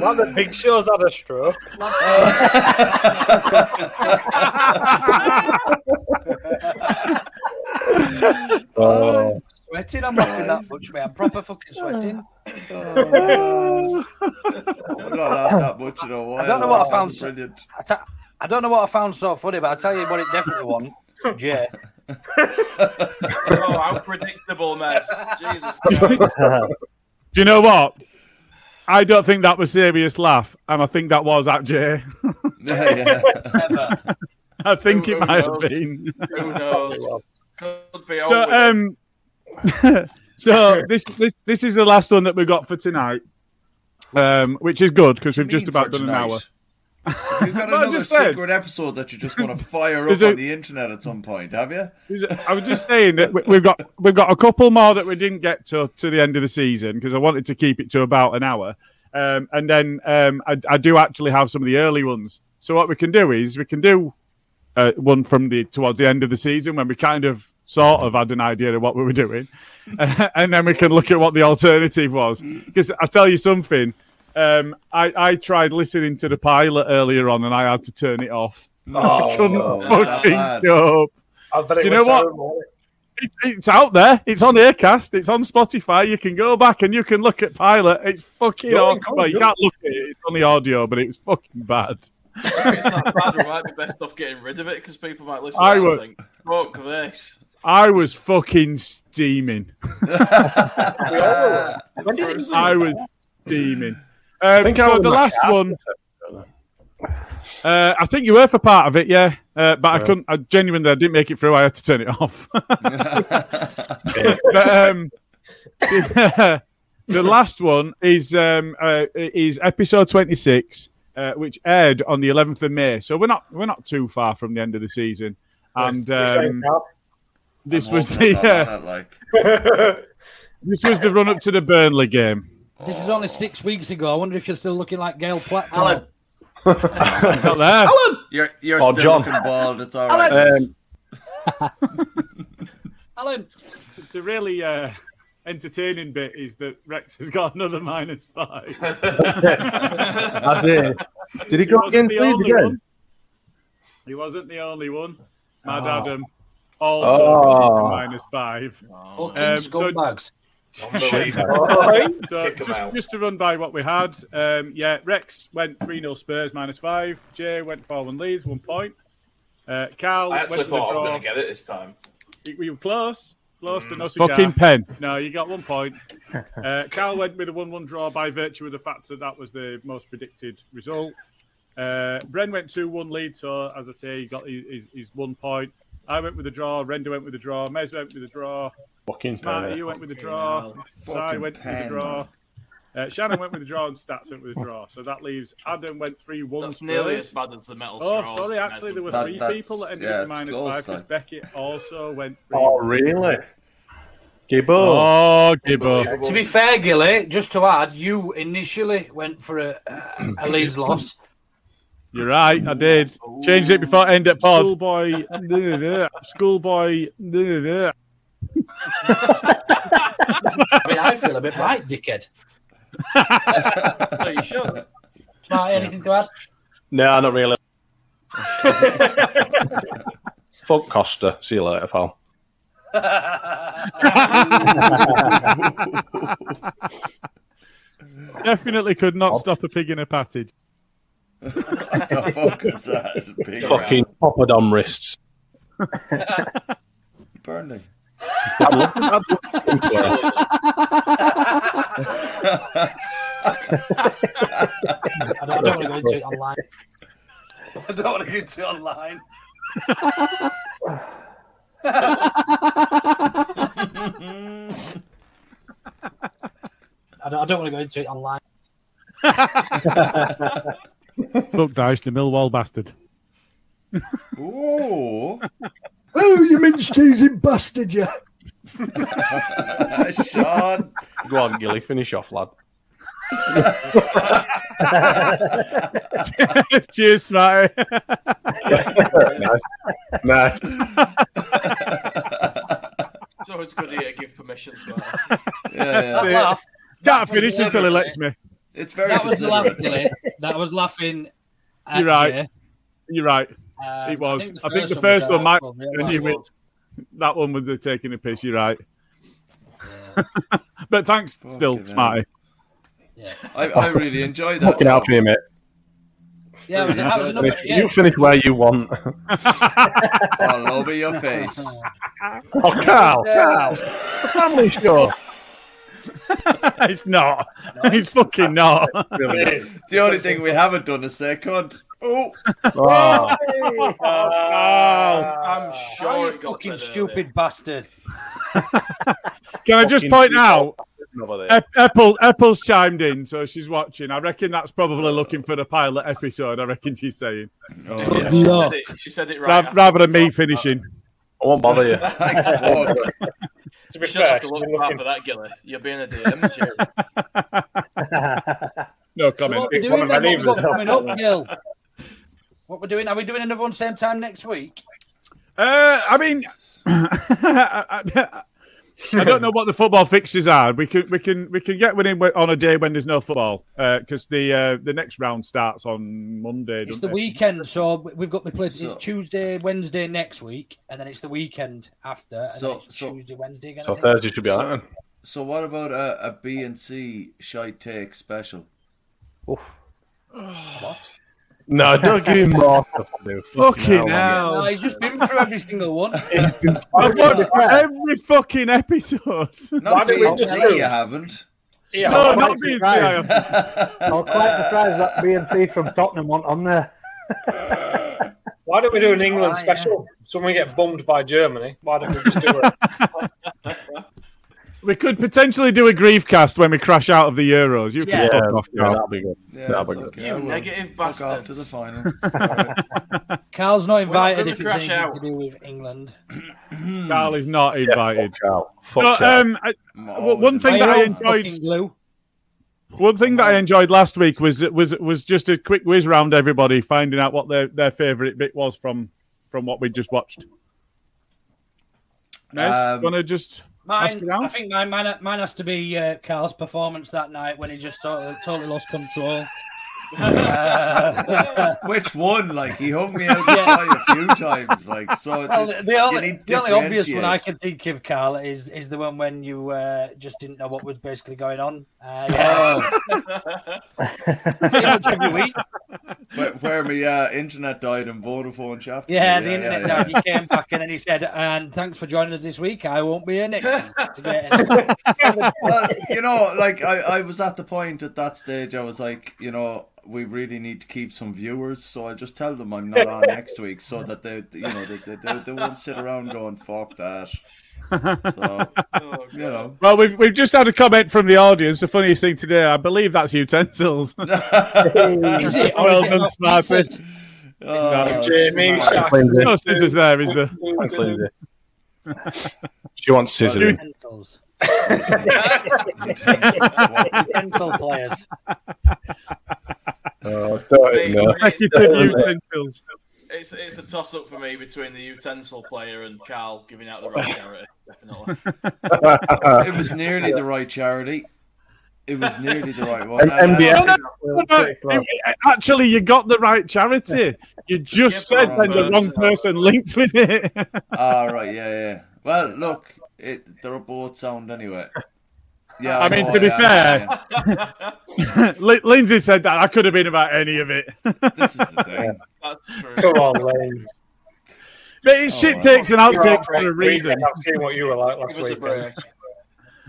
M: Man, the big show's had a stroke.
C: Oh. Sweating, I'm laughing that much, mate. I'm proper fucking sweating.
B: I'm not laughed that much in a while.
C: I don't know what I
B: Oh,
C: found. So,
B: Brilliant.
C: I, ta- I don't know what I found so funny, but I'll tell you what it definitely won. Jay.
F: Oh, how predictable mess. Jesus Christ.
A: Do you know what? I don't think that was serious laugh, and I think that was at [laughs] Jay. I think
F: Who-
A: it
F: who
A: might
F: knows?
A: [laughs] have been. uh,
F: Who knows? Could be
A: so,
F: all.
A: um, [laughs] So this this this is the last one that we got for tonight, um, which is good because we've just about done an hour.
B: You've got
A: I
B: another
A: just said.
B: secret episode that you just want to fire up
A: There's a-
B: on the internet at some point, have you?
A: I was just saying that we- we've got we've got a couple more that we didn't get to to the end of the season because I wanted to keep it to about an hour, um, and then um, I, I do actually have some of the early ones. So what we can do is we can do uh, one from the towards the end of the season when we kind of sort of had an idea of what we were doing, [laughs] and then we can look at what the alternative was. Because I tell you something, um, I, I tried listening to the pilot earlier on and I had to turn it off. [laughs] I
M: No,
A: couldn't
M: no,
A: fucking
M: that's bad.
A: go up.
M: I bet it
A: Do you know
M: was
A: what?
M: terrible.
A: It, it's out there. It's on Aircast. It's on Spotify. You can go back and you can look at Pilot. It's fucking
F: Go on,
A: awful.
F: go on,
A: well, you
F: go on.
A: can't look at it. It's on the audio, but it was fucking bad. [laughs]
F: it's that bad, we might be best off getting rid of it because people might listen.
A: I
F: to that
A: would-
F: and think, Fuck this.
A: I was fucking
F: [laughs]
A: steaming.
F: When did it-
A: I was steaming.
G: I
A: Um,
G: think I
A: so
G: was
A: the
G: like
A: last
G: half
A: one. Uh, I think you were for part of it, yeah. Uh, but I
G: Yeah.
A: couldn't. I genuinely I didn't make it through. I had to turn it off. [laughs] but um, [laughs] the, the last one is um, uh, is episode twenty six, uh, which aired on the eleventh of May. So we're not we're not too far from the end of the season. And um, this
B: I'm
A: was
B: hoping
A: the
B: I'm not
A: uh,
B: that, like.
A: [laughs]
B: [laughs]
A: this was the run up to the Burnley game.
C: This is only six weeks ago. I wonder if you're still looking like Gail Platt.
A: It's not there.
B: You're, you're
A: Oh,
B: still
A: John.
B: looking bald. It's all right.
A: Alan.
C: Alan.
A: The really uh, entertaining bit is that Rex has got another minus
F: [laughs]
A: five.
G: I did. Did he go
A: wasn't
G: against
A: the
G: Leeds
A: only
G: again?
A: one. He wasn't the only one. Mad
G: Oh.
A: Adam also
G: Oh.
A: got a minus five.
C: Fucking scumbags.
A: [laughs]
G: [laughs]
A: Unbelievable. so
F: Kick 'em
A: just,
F: out.
A: just to run by what we had, um, yeah, Rex went 3 0 Spurs, minus five. Jay went 4 1 Leeds, one point. Uh,
F: I
A: Carl went
F: actually
A: to the
F: thought I was
A: draw.
F: going to get it this time.
A: You- You were close. Close, but no cigar.
F: Fucking
A: pen. No, you got one point. Uh, Carl went with a 1 1 draw by virtue of the fact that that was the most predicted result. Uh, Bren went 2 1 lead, so as I say, he got his, his, his one point. I went with a draw. Render went with a draw. Mez went with a draw.
G: Fucking
A: Marty,
G: pen.
A: you went with a draw.
G: Fucking
A: Sai went with a
G: pen,
A: draw. Uh, Shannon went with a draw and Stats went with a draw. So that leaves Adam went 3 1.
F: That's nearly as bad as the metal
A: Oh,
F: straws.
A: sorry. Actually, there were
F: That-
A: three
F: that's-
A: people that ended
F: yeah,
A: up with
F: it's
A: minus
F: close,
A: five because
F: like.
A: Beckett also [laughs] went.
G: Oh, really? Gibbo.
A: Oh,
G: Gibbo.
C: To be fair, Gilly, just to add, you initially went for a, a Leeds loss.
A: You're right. I did. Changed it before end at pod. Schoolboy. Schoolboy.
C: I mean, I feel a bit right, dickhead.
F: you should.
C: Marty, anything to add?
G: [laughs] No,
A: [laughs]
G: not really. Fuck Costa. See you later, pal.
A: [laughs] Definitely could not stop a pig in
F: [laughs]
A: a passage.
B: [laughs]
A: Um,
B: the fuck is that? Big
G: Fucking poppadom wrists.
B: Burnley.
G: I'd love- I'd love to
I: [laughs]
G: see him
C: I don't, I don't want to go into it online.
F: I don't want to get too online.
C: I don't, I don't want to go into it online.
A: Fuck Dice, the Millwall bastard.
B: Ooh.
L: Oh, you mince cheesy bastard, you.
I: [laughs]
B: Sean.
G: Go on, Gilly. Finish off, lad.
A: [laughs] Cheers, Smarty.
G: nice. [laughs] Nice.
F: It's always good here to give permission. So.
A: That laugh- Can't finish until he lets me.
B: It's very
C: that was
A: considerate.
C: laughing. Gilly. That was laughing. at
A: You're right.
C: you.
A: You're right.
C: Um,
A: it was. I think the
C: one was
A: first one
C: our
A: might.
C: problem, yeah,
A: and you
C: that
A: win. That one was the taking a piss. You're right. [laughs] but thanks still, Smarty.
B: I, I really enjoyed that.
G: Fucking out for you, mate.
C: Yeah, it was, that was another,
G: Finish-
C: yeah.
G: You finish where you want.
B: All over your face.
G: [laughs] Oh, Carl, Carl. Family
A: [laughs]
G: show.
A: it's not. It's fucking
C: [laughs]
A: not.
B: The only thing we haven't done is say cunt. Oh.
G: Oh.
A: Oh,
F: I'm
C: Oh,
F: sure
C: you
F: it got
C: fucking
F: said
C: stupid bastard.
A: Can I just
G: Fucking
A: point
G: people
A: out?
G: over there.
A: Ep- Apple, Apple's chimed in, so she's watching. I reckon that's probably looking for the pilot episode. I reckon she's saying.
G: Good She said luck.
F: it- she said it right
A: Ra-
F: after
A: rather than me finishing.
G: I won't bother you.
F: [laughs] to be you fair, have to look after that, Gilly. You're being a DM, aren't you?
A: no
C: So
A: comment.
C: what we're doing then, what we've got coming up, Gil? What we're doing? Are we doing another one same time next week?
A: Uh, I mean, I, I- I don't know what the football fixtures are. We can we can we can get one in on a day when there's no football because the uh, the next round starts on Monday.
C: It's
A: doesn't
C: the
A: it?
C: weekend, so we've got we played
A: So-
C: it's Tuesday, Wednesday next week, and then it's the weekend after, and
I: So-
C: then it's Tuesday, Wednesday again. I
G: So
C: think.
G: Thursday should be all right.
I: So what about a, a B and C shite take special?
C: What?
G: No, don't give him more stuff to do.
C: No,
A: Fucking hell!
C: he's just been through every single
A: [laughs]
C: one. [laughs]
A: I've watched every fucking episode.
C: Not
A: do
C: B&C,
I: you haven't.
C: Yeah,
A: no,
B: I'm
A: not
B: quite
A: being
B: surprised. I was quite surprised that B and C from Tottenham weren't on there.
D: Why don't we do an England
B: Oh, yeah.
D: special? So when we get bummed by Germany, why don't we just do it?
A: [laughs] We could potentially do a grief cast when we crash out of the Euros. You
F: Yeah.
A: can fuck off.
F: Yeah,
A: Carl.
F: that'd be good.
G: Yeah, That'd be good.
F: You negative bastard.
I: after the final.
C: Carl's not
F: We're
C: invited
F: not
C: if it's
F: gonna
C: anything to
F: crash
C: do with England.
A: Carl is not invited.
C: Fuck
A: No,
C: Carl.
A: um, I-
C: I'm
A: w-
C: always
A: one thing
C: invited.
A: that
C: You're
A: I
C: all
A: enjoyed.
C: fucking glue.
A: One thing that I enjoyed last week was was was just a quick whiz round everybody, finding out what their, their favourite bit was from from what we just watched. Ness,
C: Um,
A: wanna just ask
C: Mine,
A: around?
C: I think mine, mine, mine has to be uh, Carl's performance that night when he just totally, totally lost
A: [laughs]
C: control. [laughs] Uh,
I: Which one? Like he hung me
C: [laughs]
I: out
C: Yeah.
I: yeah. a few times. Like so.
C: well,
I: th-
C: the
I: you
C: only,
I: need
C: the only obvious one
I: differentiate.
C: I can think of, Carl, is is the one when you uh, just didn't know what was basically going on. Uh,
I: Oh.
C: yeah. [laughs] Pretty much every week.
I: [laughs] Where, where my uh, internet died and Vodafone shafted.
C: Yeah,
I: me.
C: the internet
I: yeah.
C: guy, he came back and then he said, "And thanks for joining us this week. I won't be here next." week."
I: well, you know, like I, I was at the point at that stage. I was like, you know, we really need to keep some viewers, so I just tell them I'm not on next week, so that they, you know, they they, they, they won't sit around going fuck that. So,
A: Oh,
I: you know,
A: Well, we've we've just had a comment from the audience. The funniest thing today, I believe, that's utensils.
I: Is
A: [laughs]
I: it? Or
A: well
I: is it
A: done,
I: not
A: smarty.
I: pieces?
A: No,
I: Oh,
A: Jamie,
I: smart.
A: Shaq. There's no scissors there, is there? [laughs]
G: Thanks, Lindsay. She wants scissors.
C: Utensils.
G: Utensil
C: Utensil players.
G: [laughs] Oh, don't
F: Mate,
G: know.
F: it's, it's,
A: utensils.
F: it's, a toss up for me between the utensil player and Carl giving out the right charity. Definitely.
A: [laughs]
F: [laughs]
I: it was nearly the right charity. It was nearly the right one.
A: And-
I: And- uh,
A: No, no, no, no. Actually, you got the right charity. You just
I: Yeah,
A: said
I: but
A: that the
I: wrong
A: wrong person linked with it.
I: Ah, right, yeah, yeah. Well, look, it, they're a board sound anyway. Yeah,
A: I mean,
I: know,
A: to be
I: yeah, yeah,
G: [laughs]
A: fair, [laughs] Lin- Lindsay said that I could have been about any of it.
I: this is
A: [laughs]
I: the thing.
F: That's true.
D: Come on, Lanes.
A: But it's shit
I: Oh,
A: takes and outtakes for a
D: You're
A: reason.
D: I've seen what you were like last
F: Give us a
D: week.
F: break.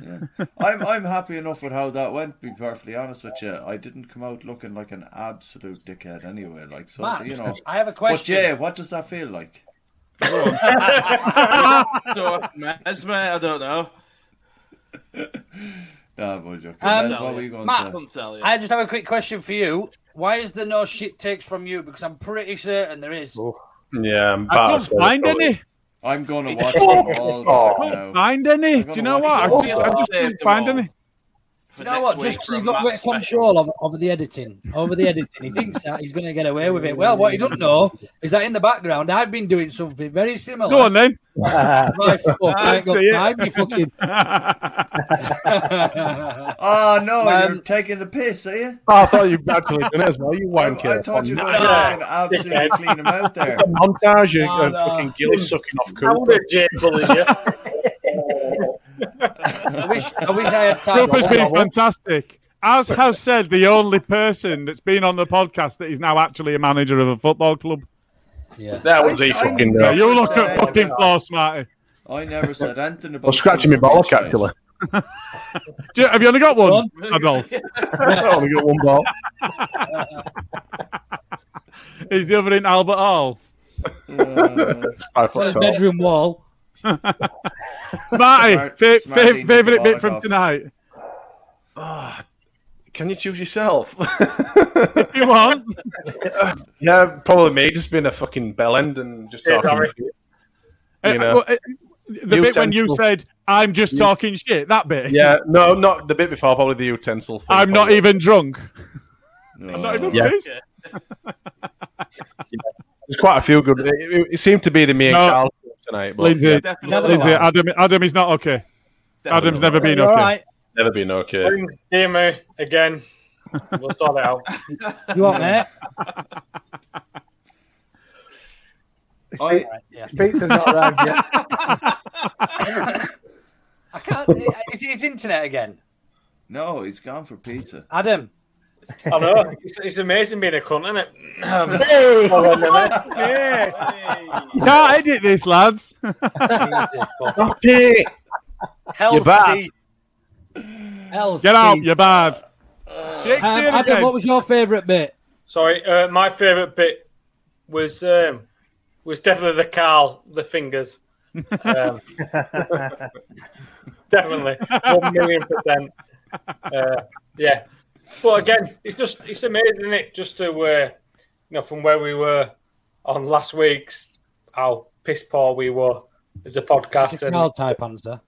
I: yeah. I'm I'm happy enough with how that went. To be perfectly honest with you, I didn't come out looking like an absolute dickhead anyway. Like, so
C: Matt,
I: you know,
C: I have a
I: But
C: question.
I: Jay, what does that feel like?
F: so, Mes, mate, I don't know.
I: Nah, but you're-
C: Um,
I: Ah, that's what we going
C: Matt,
I: to.
C: I just have a quick question for you. Why is there no shit takes from you? Because I'm pretty certain there is.
G: Yeah, I'm
A: I
G: about
A: can't
G: to say
A: find
G: probably.
A: any.
I: I'm going
C: [laughs]
I: to
A: I
I: watch them all. back now.
A: can't find any. Do you know what?
I: watch it
A: I just,
I: all.
A: I just
I: Save
A: couldn't
I: them
A: find
I: all.
A: any.
C: You know what? Just 'cause you've got great control over, over the editing, over the editing, he thinks that he's going to get away with it. Well, what he doesn't know is that in the background, I've been doing something very similar.
A: Go on
C: [laughs]
A: then.
C: Right, fuck,
A: [laughs]
C: I ain't got
A: See it. Uh,
C: time, you
A: [laughs]
C: fucking-
I: Oh no,
C: Um,
I: you're taking the piss, are you?
G: Oh, I thought you actually done it as well. You wanker.
I: I thought you were
G: Oh,
I: going to
G: no.
I: fucking absolutely clean them out there.
G: It's a montage of
I: No,
G: of
I: no.
G: fucking Gilly sucking off
I: How
G: Cooper.
C: [laughs] I wish I wish I had time.
A: Cooper's been fantastic. As has said, the only person that's been on the podcast that is now actually a manager of a football club.
C: Yeah,
G: That was a fucking.
A: Yeah, you look at fucking floor smarty.
I: I never said anything
G: I was scratching my bollock actually.
A: Do you, have you only got [laughs] one, Adolf?
G: [laughs] I only got one ball.
A: Is the other in Albert Hall?
G: Five foot
C: his
G: tall.
C: bedroom wall.
A: [laughs] Smarty,
G: Smart-
A: fa-
G: Smarty
A: fa-
G: needs
A: favourite
G: to
A: bit
G: walk
A: from
G: off.
A: tonight. [laughs]
G: Ah, can you choose yourself? [laughs]
A: if you want.
G: yeah, probably me. Just being a fucking bell end and just
A: Yeah,
G: talking.
A: sorry.
G: shit.
A: Uh,
G: You know,
A: well, uh, the bit when you
G: Utensil.
A: said, "I'm just
G: You-
A: talking shit." That bit.
G: yeah, no, not the bit before. Probably
A: [laughs]
G: the utensil. Thing,
A: I'm not
G: probably.
A: even drunk. I'm not even
G: Yeah.
A: pissed.
G: There's quite a few good. It, it seemed to be the me and
A: No.
G: Carl tonight. But,
A: Lindsay,
G: yeah.
A: Lindsay, Adam, Adam is not okay. Adam's never been
D: You're
A: okay.
D: right.
G: Never been okay.
D: Bring Demo again. We'll sort it out.
C: You want that?
B: Pete- Pete's not around yet.
C: [laughs] I can't. Is it his internet again?
I: No, he's gone
C: [laughs]
I: for pizza.
C: Adam.
D: I know. It's, it's amazing being a
C: [laughs]
D: cunt, isn't it? [laughs] Um, [laughs]
A: Hey!
D: well, then, uh,
A: You [laughs] can't edit this, lads. [laughs]
G: Stop it.
A: You're bad.
C: Hell's
A: Get out.
C: teeth.
A: You're bad.
C: Um, Adam, what was your favourite bit?
D: Sorry, uh, my favourite bit was um, was definitely the Carl, the fingers. Um, definitely, one million percent. Uh, yeah, but again, it's just it's amazing, isn't it? Just to uh, you know, from where we were on last week's, how piss poor we were as a podcast.
C: It's a Carl type answer.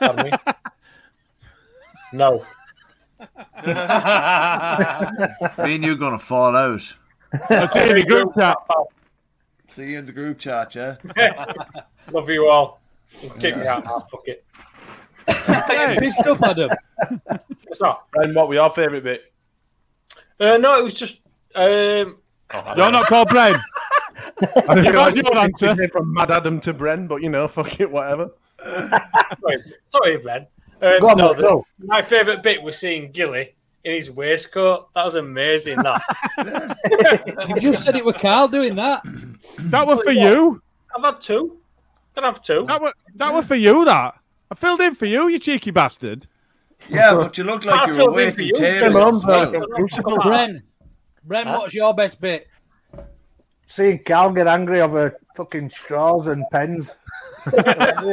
D: Pardon me? no.
I: [laughs] Me and you gonna fall out.
A: I'll see you in the group chat.
I: See you in the group chat, yeah.
D: [laughs] Love you all. Kick me out. Ah, fuck it.
C: Pissed up, Adam.
D: What's that?
G: [laughs] And what were your favourite bit?
D: Uh, no, it was just. Um,
G: You're
A: not called Bren.
G: [laughs] I
A: You've had your
G: answer. From Mad Adam to Bren, but you know, [laughs] fuck it, whatever.
D: sorry, sorry, Glenn. Um,
G: Go on,
D: no,
G: mate,
D: the-
G: go.
D: My favourite bit was seeing Gilly in his waistcoat. That was amazing. That.
C: [laughs] You just said it were Carl doing that.
A: That was for you.
D: I've had two. Can I have two?
A: That was that was for you. That I filled in for you. You cheeky bastard.
I: Yeah, but you look like you were waiting tables. as well.
C: Bren, Bren,
I: Huh?
C: what's your best bit?
B: Seeing Cal get angry over fucking straws and
D: [laughs]
B: pens.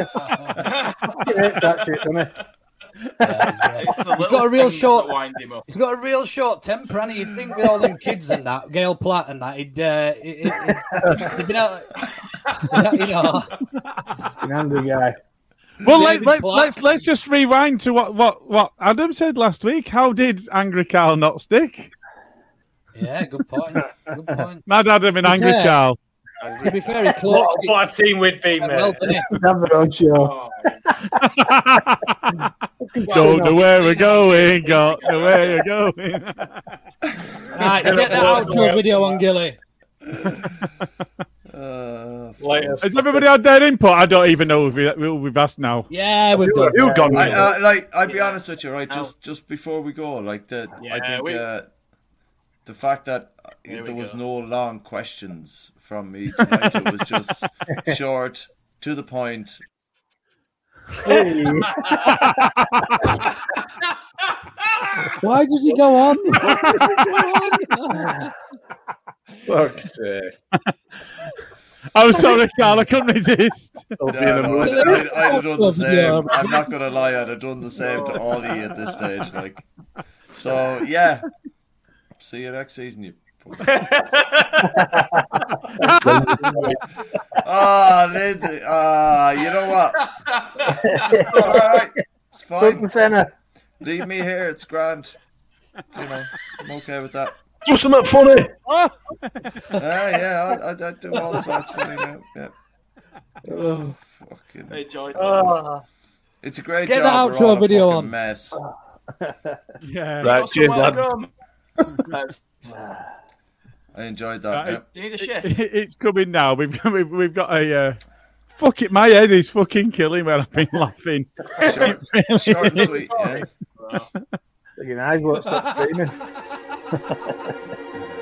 B: Fucking hates that shit, doesn't he?
C: He's got a real short. He's got a real short temper, and you'd think with all them kids and that, Gail Platt and that, he'd, uh, he- he- he'd, he'd been out. You know, [laughs]
B: Fucking angry guy.
A: Well, let,
B: David
A: let's
B: Clark.
A: let's let's just rewind to what what what Adam said last week. How did angry Carl not stick?
C: yeah, good point. Good point.
A: Mad Adam and
C: To be
A: angry
C: fair-
A: Carl.
C: To be fair, he
D: What,
C: clocked it.
D: what a team we'd be, mate.
C: Well done,
B: Have their own show.
A: Don't know where we're going. Got the where you're going.
C: Right, get that outro video on Gilly.
A: Has everybody had their input? I don't even know if we, who we've asked now.
C: Yeah, we've
A: Who-
C: done.
A: who gone?
I: I, uh,
A: Yeah.
I: like I'll be honest with you, right? Just just before we go, like the I think
F: we-
I: uh, the fact that uh,
F: Here we
I: there was no long questions from me tonight, it was
C: [laughs]
I: just short, to the point.
C: [laughs] [laughs] Why does he go on? [laughs]
A: [laughs]
G: Fuck's sake.
A: I'm Oh, sorry, Carl. I couldn't resist.
I: No, no, I'd, I'd, I'd have done the same. I'm not gonna lie, I'd have done the same to all of you at this stage. Like,
C: [laughs]
I: so yeah. See you next season, you.
F: [laughs]
I: [laughs] Ah, Lindsay. [laughs] Ah, you know [laughs] what? All right, it's
B: Front
I: fine.
B: and centre.
I: Leave me here. It's grand. You know, I'm okay with that.
G: Do something funny.
A: Ah,
I: yeah, I, I, I do
B: [laughs]
I: all sorts of funny now. Yeah. Oh, fucking.
F: They joined.
B: Ah.
I: [laughs] It's a great
F: Get
I: job.
F: the
I: We're all a
F: outro video
I: fucking
F: on.
I: Mess.
A: yeah.
G: Right, cheers, lads.
F: That's-
I: I enjoyed that. yeah.
F: Do you need a shift?
A: eh? It- it's coming now. We've got- we've, we've got a. Uh, fuck it, my head is fucking killing when I've been laughing. [laughs]
I: Short,
B: [laughs]
I: short and sweet. Yeah.
B: Fucking eh? eyes won't
F: [laughs]
B: stop streaming.
I: [laughs]